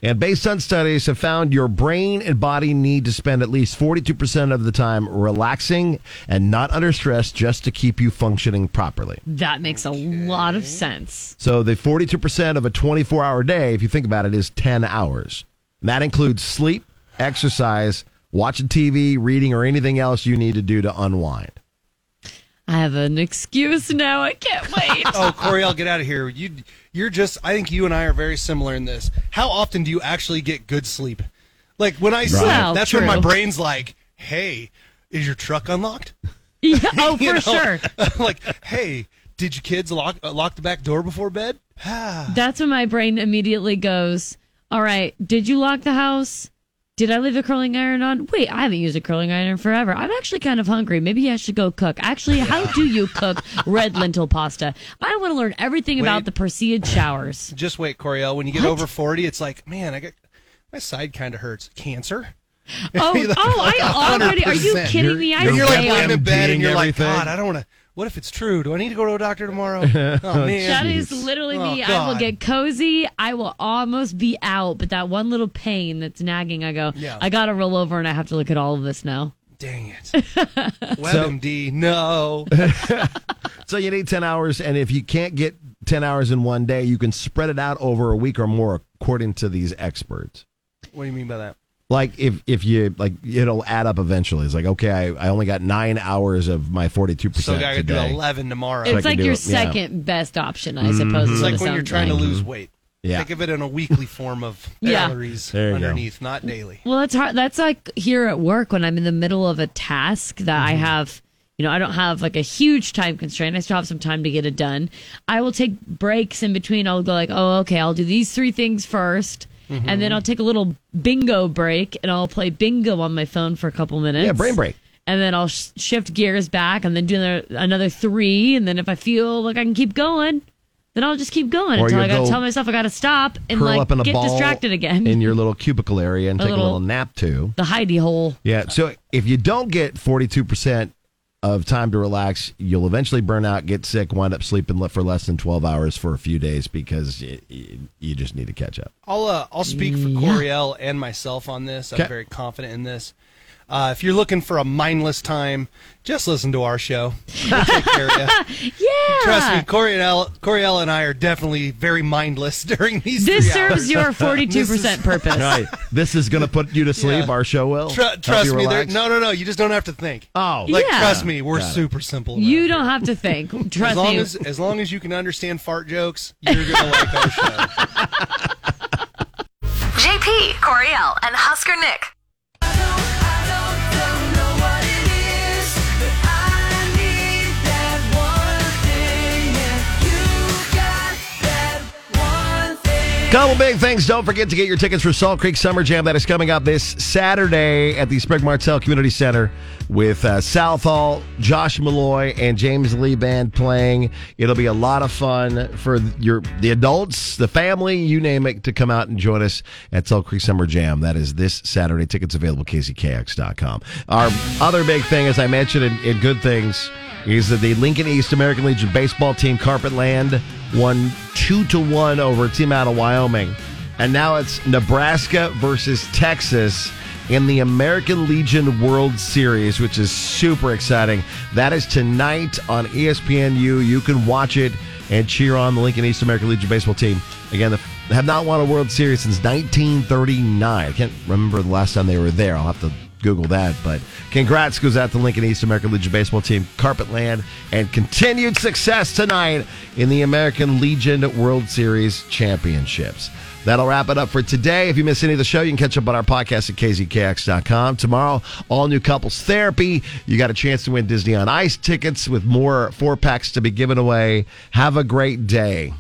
Speaker 8: And based on studies have found your brain and body need to spend at least 42% of the time relaxing and not under stress just to keep you functioning properly.
Speaker 4: That makes a lot of sense.
Speaker 8: So the 42% of a 24 hour day, if you think about it, is 10 hours. And that includes sleep, exercise, watching TV, reading, or anything else you need to do to unwind.
Speaker 4: I have an excuse now. I can't
Speaker 9: (laughs)
Speaker 4: wait.
Speaker 9: Oh, Coriel, get out of here. You, you're just. I think you and I are very similar in this. How often do you actually get good sleep? Like when I sleep,
Speaker 4: Well,
Speaker 9: that's when my
Speaker 4: true.
Speaker 9: brain's like, "Hey, is your truck unlocked?" (laughs)
Speaker 4: Yeah, oh,
Speaker 9: You
Speaker 4: for sure.
Speaker 9: like, hey, did your kids lock uh, lock the back door before bed? Ah.
Speaker 4: That's when my brain immediately goes, All right, did you lock the house? Did I leave the curling iron on? Wait, I haven't used a curling iron in forever. I'm actually kind of hungry. Maybe I should go cook. Actually, how do
Speaker 9: (laughs)
Speaker 4: you cook red lentil pasta? I want to learn everything about
Speaker 9: Wait.
Speaker 4: the Perseid showers.
Speaker 9: Just wait, Coriel. When you get over forty, it's like, man, I got my side kind of hurts. Cancer. (laughs)
Speaker 4: Oh,
Speaker 9: You're like,
Speaker 4: oh, I already- are you
Speaker 9: 100%.
Speaker 4: kidding me? I
Speaker 9: And you're like
Speaker 4: stay
Speaker 9: laying in
Speaker 4: up.
Speaker 9: bed and you're like,
Speaker 8: Everything.
Speaker 9: God, I don't want to. What if it's true? Do I need to go to a doctor
Speaker 8: (laughs)
Speaker 9: tomorrow? Oh man,
Speaker 4: That is literally
Speaker 9: Oh,
Speaker 4: me. I will
Speaker 9: God.
Speaker 4: get cozy. I will almost be out, but that one little pain that's nagging, I go,
Speaker 9: Yeah.
Speaker 4: I got to roll over and I have to look at all of this now.
Speaker 9: Dang it.
Speaker 8: (laughs)
Speaker 9: WebMD, no.
Speaker 8: So you need 10 hours, and if you can't get 10 hours in one day, you can spread it out over a week or more, according to these experts.
Speaker 9: What do you mean by that?
Speaker 8: Like if if you like, it'll add up eventually. It's like okay, I, I only got nine hours of my forty two
Speaker 9: So I
Speaker 8: percent
Speaker 9: got to do
Speaker 8: today.
Speaker 9: eleven tomorrow.
Speaker 8: So I
Speaker 4: it's
Speaker 8: can
Speaker 4: like
Speaker 8: do
Speaker 4: your
Speaker 8: it, yeah.
Speaker 4: second best option, I suppose.
Speaker 8: Mhm.
Speaker 4: is
Speaker 9: It's
Speaker 4: what
Speaker 9: like
Speaker 4: it
Speaker 9: when you're
Speaker 4: sounds
Speaker 9: trying
Speaker 4: like.
Speaker 9: to lose weight.
Speaker 8: Yeah.
Speaker 9: Think of it in a weekly form of
Speaker 4: Yeah.
Speaker 9: calories
Speaker 8: There you go.
Speaker 9: underneath, not daily.
Speaker 4: Well, that's hard. That's like here at work when I'm in the middle of a task that I
Speaker 8: Mm-hmm.
Speaker 4: have. You know, I don't have like a huge time constraint. I still have some time to get it done. I will take breaks in between. I'll go like, oh, okay, I'll do these three things 1st
Speaker 8: Mm-hmm.
Speaker 4: and then I'll take a little bingo break and I'll play bingo on my phone for a couple minutes.
Speaker 8: Yeah, brain break.
Speaker 4: And then I'll sh- shift gears back and then do another, another three. And then if I feel like I can keep going, then I'll just keep going
Speaker 8: Or
Speaker 4: until
Speaker 8: you'll
Speaker 4: I got
Speaker 8: go
Speaker 4: to tell myself I got to stop and
Speaker 8: Curl
Speaker 4: like
Speaker 8: up in a
Speaker 4: get
Speaker 8: ball
Speaker 4: distracted again.
Speaker 8: in your little cubicle area and
Speaker 4: A
Speaker 8: take a
Speaker 4: little-
Speaker 8: little nap too.
Speaker 4: the Heidi hole.
Speaker 8: Yeah. So if you don't get forty two percent of time to relax, you'll eventually burn out, get sick, wind up sleeping le- for less than twelve hours for a few days because y y you just need to catch up.
Speaker 9: I'll uh, I'll speak for
Speaker 8: Yeah.
Speaker 9: Coriel and myself on this. I'm
Speaker 8: Okay.
Speaker 9: very confident in this. Uh, if you're looking for a mindless time, just listen to our show. We'll take care
Speaker 4: (laughs)
Speaker 9: of ya.
Speaker 4: Yeah.
Speaker 9: Trust me, Coriel, Coriel and I are definitely very mindless (laughs) during these.
Speaker 4: This
Speaker 9: three
Speaker 4: serves
Speaker 9: hours.
Speaker 4: your
Speaker 9: (laughs)
Speaker 4: 42% purpose.
Speaker 8: Right. This is going to put you to sleep. Our show will.
Speaker 9: Tru-
Speaker 8: Help
Speaker 9: trust
Speaker 8: you
Speaker 9: me, there,
Speaker 8: relax.
Speaker 9: no, no, no. You just don't have to think.
Speaker 8: Oh,
Speaker 9: like
Speaker 4: Yeah.
Speaker 9: trust me, we're
Speaker 8: Got it.
Speaker 9: super simple. around
Speaker 4: You don't have to think. Trust
Speaker 9: as long
Speaker 4: me.
Speaker 9: as as long as you can understand fart jokes, you're gonna
Speaker 4: (laughs)
Speaker 9: like our show.
Speaker 1: JP Coriel and Husker Nick.
Speaker 8: Couple big things. Don't forget to get your tickets for Salt Creek Summer Jam that is coming up this Saturday at the Sprig Martell Community Center with uh, Southall, Josh Malloy, and James Lee Band playing. It'll be a lot of fun for your the adults, the family, you name it, to come out and join us at Salt Creek Summer Jam. That is this Saturday. Tickets available kckx.com. Our other big thing, as I mentioned in, in Good Things, is that the Lincoln East American Legion baseball team Carpetland won two to one over a team out of Wyoming, and now it's Nebraska versus Texas in the American Legion World Series, which is super exciting. That is tonight on E ESPNU. You can watch it and cheer on the Lincoln East American Legion baseball team. Again, the they have not won a World Series since 1939. I can't remember the last time they were there. I'll have to Google that. But congrats goes out to Lincoln East American Legion baseball team, Carpetland, and continued success tonight in the American Legion World Series championships. That'll wrap it up for today. If you miss any of the show, you can catch up on our podcast at kzkx.com. Tomorrow, all new couples therapy. You got a chance to win Disney on Ice tickets with more four packs to be given away. Have a great day.